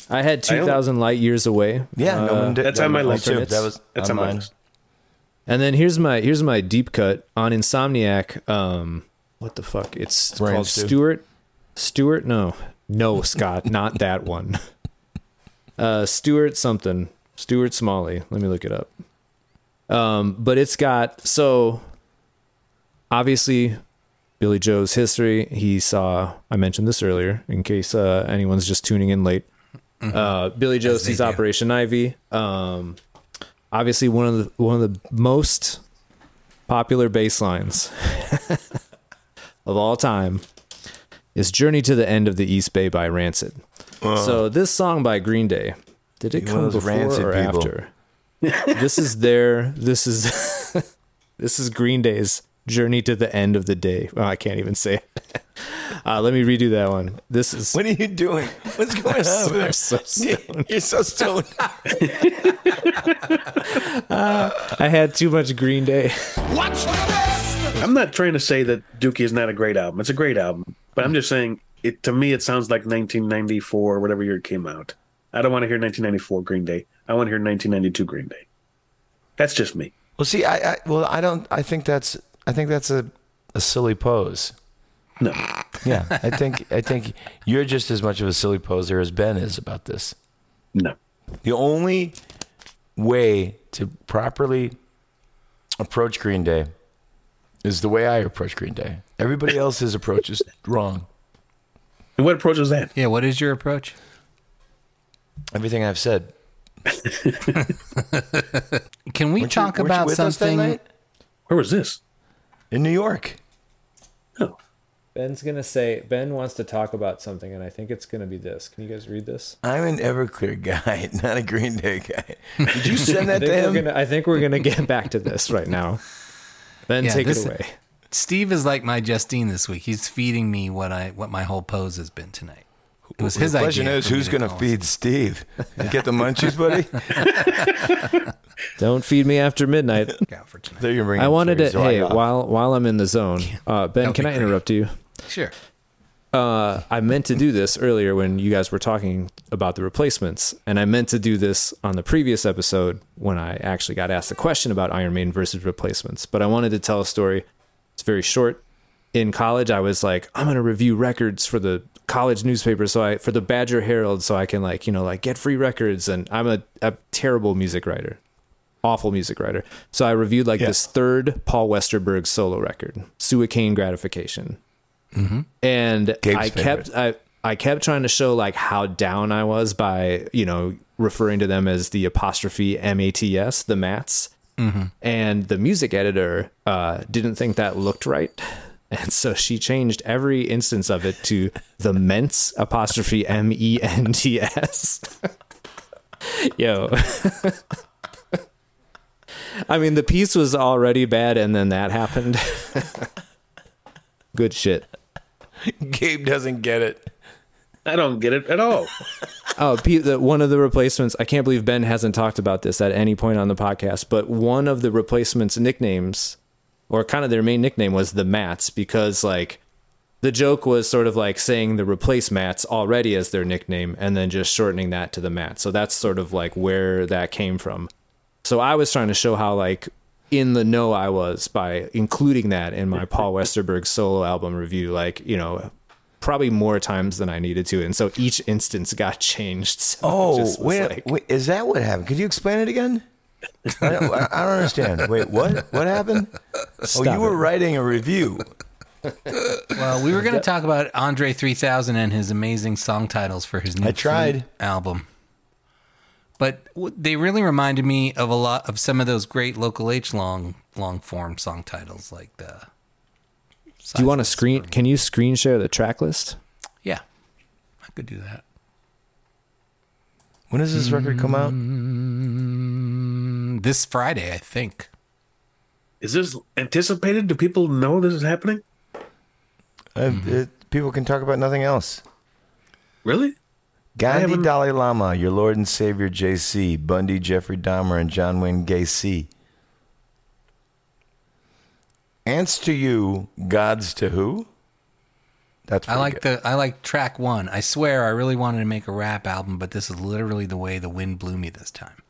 Speaker 5: I had
Speaker 6: I al-
Speaker 5: 2,000 Light Years Away.
Speaker 3: Yeah, no one did-
Speaker 6: Uh, that's
Speaker 3: that
Speaker 6: on my
Speaker 3: was
Speaker 6: list.
Speaker 3: too. That was
Speaker 6: That's
Speaker 3: on
Speaker 6: on my
Speaker 3: mine.
Speaker 6: list.
Speaker 5: And then here's my here's my deep cut on Insomniac. Um, what the fuck? It's
Speaker 3: Ranch
Speaker 5: called
Speaker 3: too.
Speaker 5: Stuart. Stuart? No, no, Scott, not that one. Uh, Stuart something. Stuart Smalley. Let me look it up. Um, but it's got so obviously Billy Joe's history. He saw. I mentioned this earlier in case uh, anyone's just tuning in late.
Speaker 3: Mm-hmm.
Speaker 5: Uh, Billy Joe
Speaker 4: As they
Speaker 5: sees
Speaker 4: do.
Speaker 5: Operation Ivy. Um, obviously one of the one of the most popular bass lines of all time is Journey to the End of the East Bay by Rancid. So this song by Green Day, did it
Speaker 3: You one
Speaker 5: come
Speaker 3: of those
Speaker 5: before
Speaker 3: Rancid
Speaker 5: or
Speaker 3: people.
Speaker 5: after? this is their this is this is Green Day's Journey to the End of the Day. Well, I can't even say it. Uh, let me redo that one. This is
Speaker 3: What are you doing? What's going on? over there?
Speaker 5: I'm so stoned.
Speaker 3: You're so stoned.
Speaker 5: I had too much Green Day.
Speaker 6: I'm not trying to say that Dookie is not a great album. It's a great album, but I'm just saying it. To me, it sounds like 1994, whatever year it came out. I don't want to hear 1994 Green Day. I want to hear 1992 Green Day. That's just me.
Speaker 3: well, see, I, I, well, I don't. I think that's. I think that's a, a silly pose.
Speaker 6: No,
Speaker 3: Yeah, I think. I think you're just as much of a silly poser as Ben is about this.
Speaker 6: no.
Speaker 3: The only way to properly approach Green Day is the way I approach Green Day. Everybody else's approach is wrong.
Speaker 6: And what approach is that?
Speaker 4: Yeah, what is your approach?
Speaker 3: Everything I've said.
Speaker 4: Can
Speaker 3: Weren't
Speaker 4: we
Speaker 3: you-
Speaker 4: talk
Speaker 3: weren't you
Speaker 4: about
Speaker 3: with us that
Speaker 4: something?
Speaker 3: night?
Speaker 6: Where was this?
Speaker 3: in New York.
Speaker 6: Oh,
Speaker 5: Ben's gonna say Ben wants to talk about something, and I think it's gonna be this. Can you guys read this?
Speaker 3: I'm an Everclear guy, not a Green Day guy. Did you send that to
Speaker 5: I think,
Speaker 3: him?
Speaker 5: we're gonna, I think we're gonna get back to this right now. Ben,
Speaker 4: Yeah,
Speaker 5: take it
Speaker 4: this-
Speaker 5: away.
Speaker 4: Steve is like my Justine this week. He's feeding me what I what my whole pose has been tonight. It was his
Speaker 3: the question
Speaker 4: idea
Speaker 3: is,
Speaker 4: for me
Speaker 3: who's
Speaker 4: to
Speaker 3: going to
Speaker 4: call.
Speaker 3: feed Steve? You get the munchies, buddy.
Speaker 5: Don't feed me after midnight.
Speaker 4: out for tonight.
Speaker 3: They're gonna bring
Speaker 5: I
Speaker 3: him
Speaker 5: wanted to.
Speaker 3: Jerry's
Speaker 5: Hey,
Speaker 3: Rock.
Speaker 5: while while I'm in the zone, uh, Ben,
Speaker 4: that'd
Speaker 5: can
Speaker 4: be
Speaker 5: I
Speaker 4: great.
Speaker 5: interrupt you?
Speaker 4: Sure.
Speaker 5: Uh, I meant to do this earlier when you guys were talking about the replacements, and I meant to do this on the previous episode when I actually got asked a question about Iron Maiden versus replacements. But I wanted to tell a story. It's very short. in college, I was like, I'm gonna review records for the college newspaper, so I for the Badger Herald, so I can like you know like get free records. And I'm a, a terrible music writer, awful music writer. So I reviewed like this third Paul Westerberg solo record, Suicane Gratification, and
Speaker 3: Mm-hmm. Gabe's
Speaker 5: I
Speaker 3: favorite.
Speaker 5: kept I I kept trying to show like how down I was by you know referring to them as the apostrophe M A T S the Mats,
Speaker 3: Mm-hmm.
Speaker 5: and the music editor uh, didn't think that looked right. And so she changed every instance of it to the Ments apostrophe M E N T S. Yo. I mean, the piece was already bad, and then that happened. Good shit.
Speaker 3: Gabe doesn't get it.
Speaker 6: I don't get it at all.
Speaker 5: Oh, P- the, one of the replacements. I can't believe Ben hasn't talked about this at any point on the podcast, but one of the replacements' nicknames, or kind of their main nickname, was the Mats because like the joke was sort of like saying the replace Mats already as their nickname, and then just shortening that to the Mats. So that's sort of like where that came from. So I was trying to show how like in the know I was by including that in my Paul Westerberg solo album review. Like you know, probably more times than I needed to, and so each instance got changed. So it
Speaker 3: Oh,
Speaker 5: just was
Speaker 3: wait,
Speaker 5: like-
Speaker 3: wait, is that what happened? Could you explain it again? I don't, I I don't understand. Wait, what? What happened? oh,
Speaker 5: Stop
Speaker 3: you were
Speaker 5: it.
Speaker 3: writing a review.
Speaker 4: Well, we were going to talk about Andre 3000 and his amazing song titles for his new
Speaker 3: I tried.
Speaker 4: Flea album. But w- they really reminded me of a lot of some of those great local H long long form song titles like the
Speaker 5: do you want to screen? Can you screen share the track list?
Speaker 4: Yeah. I could do that.
Speaker 3: When does this record come out?
Speaker 4: This Friday, I think.
Speaker 6: Is this anticipated? Do people know this is happening?
Speaker 3: Uh, it, people can talk about nothing else.
Speaker 6: Really?
Speaker 3: Gandhi,
Speaker 6: haven't-
Speaker 3: Dalai Lama, your Lord and Savior J.C., Bundy, Jeffrey Dahmer, and John Wayne Gacy. Ants to you, gods to who? That's
Speaker 4: I
Speaker 3: pretty
Speaker 4: like
Speaker 3: good.
Speaker 4: the I like track 1. I swear I really wanted to make a rap album, but this is literally the way the wind blew me this time.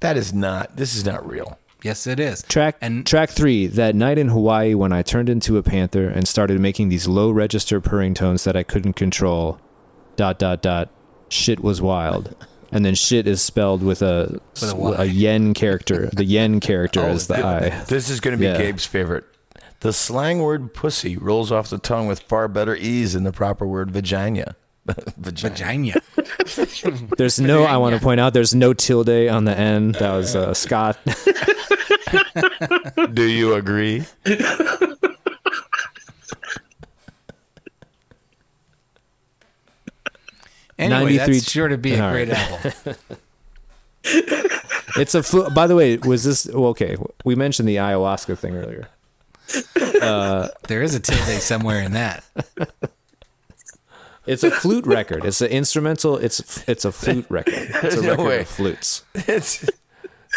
Speaker 3: That is not. This is not real.
Speaker 4: Yes, it is.
Speaker 5: Track
Speaker 4: and
Speaker 5: track three. That night in Hawaii when I turned into a panther and started making these low register purring tones that I couldn't control. Dot dot dot. Shit was wild. And then shit is spelled with a
Speaker 4: With a
Speaker 5: a,
Speaker 4: Y.
Speaker 5: yen character. The yen character
Speaker 4: Oh,
Speaker 5: is the
Speaker 4: that-
Speaker 5: I.
Speaker 3: This is going to be
Speaker 5: Yeah.
Speaker 3: Gabe's favorite. The slang word pussy rolls off the tongue with far better ease than the proper word vagina. vagina.
Speaker 4: Vagina.
Speaker 5: There's no. I want to point out. There's no tilde on the end. That was uh, Scott.
Speaker 3: Do you agree?
Speaker 4: Anyway,
Speaker 5: 93
Speaker 4: that's sure to be a
Speaker 5: All right.
Speaker 4: great album.
Speaker 5: It's a flu- by the way, was this well, okay? We mentioned the ayahuasca thing earlier.
Speaker 4: There is a tilde somewhere in that.
Speaker 5: It's a flute record. It's an instrumental. It's it's a flute record. It's a
Speaker 3: No
Speaker 5: record
Speaker 3: way.
Speaker 5: of flutes.
Speaker 3: It's,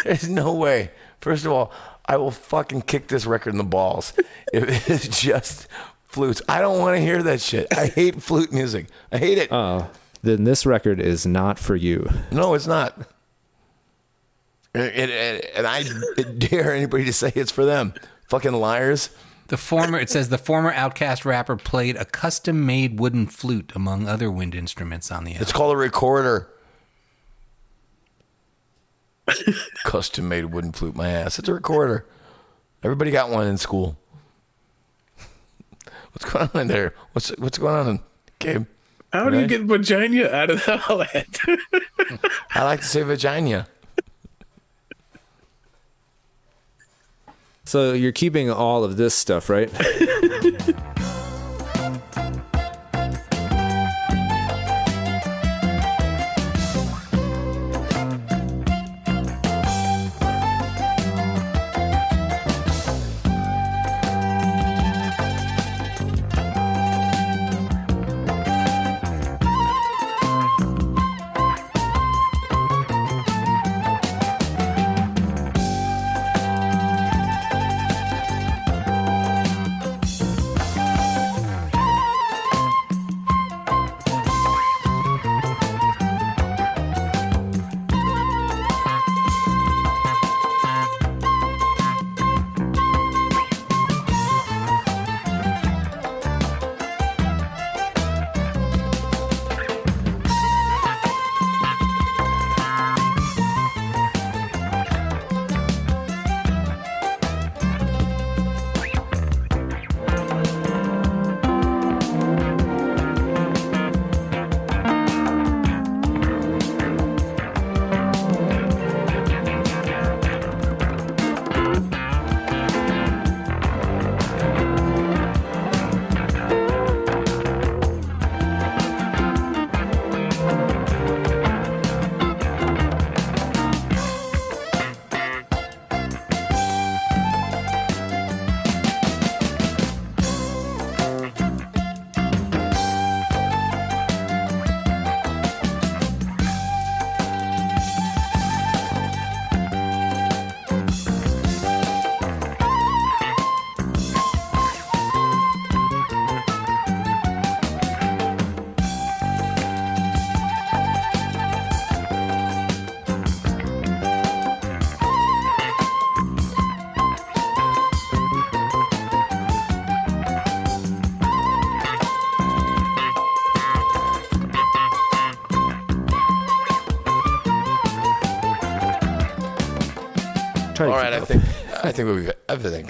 Speaker 3: there's no way. First of all, I will fucking kick this record in the balls if it's just flutes. I don't want to hear that shit. I hate flute music. I hate it.
Speaker 5: Oh, then this record is not for you.
Speaker 3: no, it's not. And, and- and I dare anybody to say it's for them. Fucking liars.
Speaker 4: The former it says the former outcast rapper played a custom made wooden flute among other wind instruments on the album.
Speaker 3: It's called a recorder. Custom made wooden flute, my ass. It's a recorder. Everybody got one in school. What's going on in there? What's what's going on in Gabe?
Speaker 6: How do you get vagina out of all that?
Speaker 3: I like to say vagina.
Speaker 5: So you're keeping all of this stuff, right? Try to
Speaker 3: All
Speaker 5: keep
Speaker 3: right, I
Speaker 5: up.
Speaker 3: think I think we've got everything.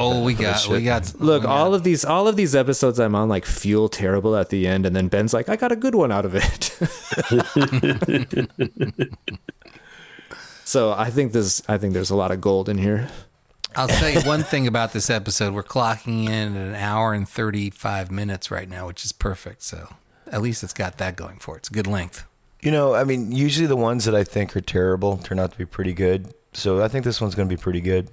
Speaker 4: Oh, we got, we got.
Speaker 5: Look,
Speaker 4: we
Speaker 5: all of these all of these episodes I'm on like feel terrible at the end, and then Ben's like, I got a good one out of it. so I think this I think there's a lot of gold in here.
Speaker 4: I'll tell you one thing about this episode. We're clocking in at an hour and 35 minutes right now, which is perfect. So at least it's got that going for it. It's a good length.
Speaker 3: You know, I mean, usually the ones that I think are terrible turn out to be pretty good. So I think this one's going to be pretty good.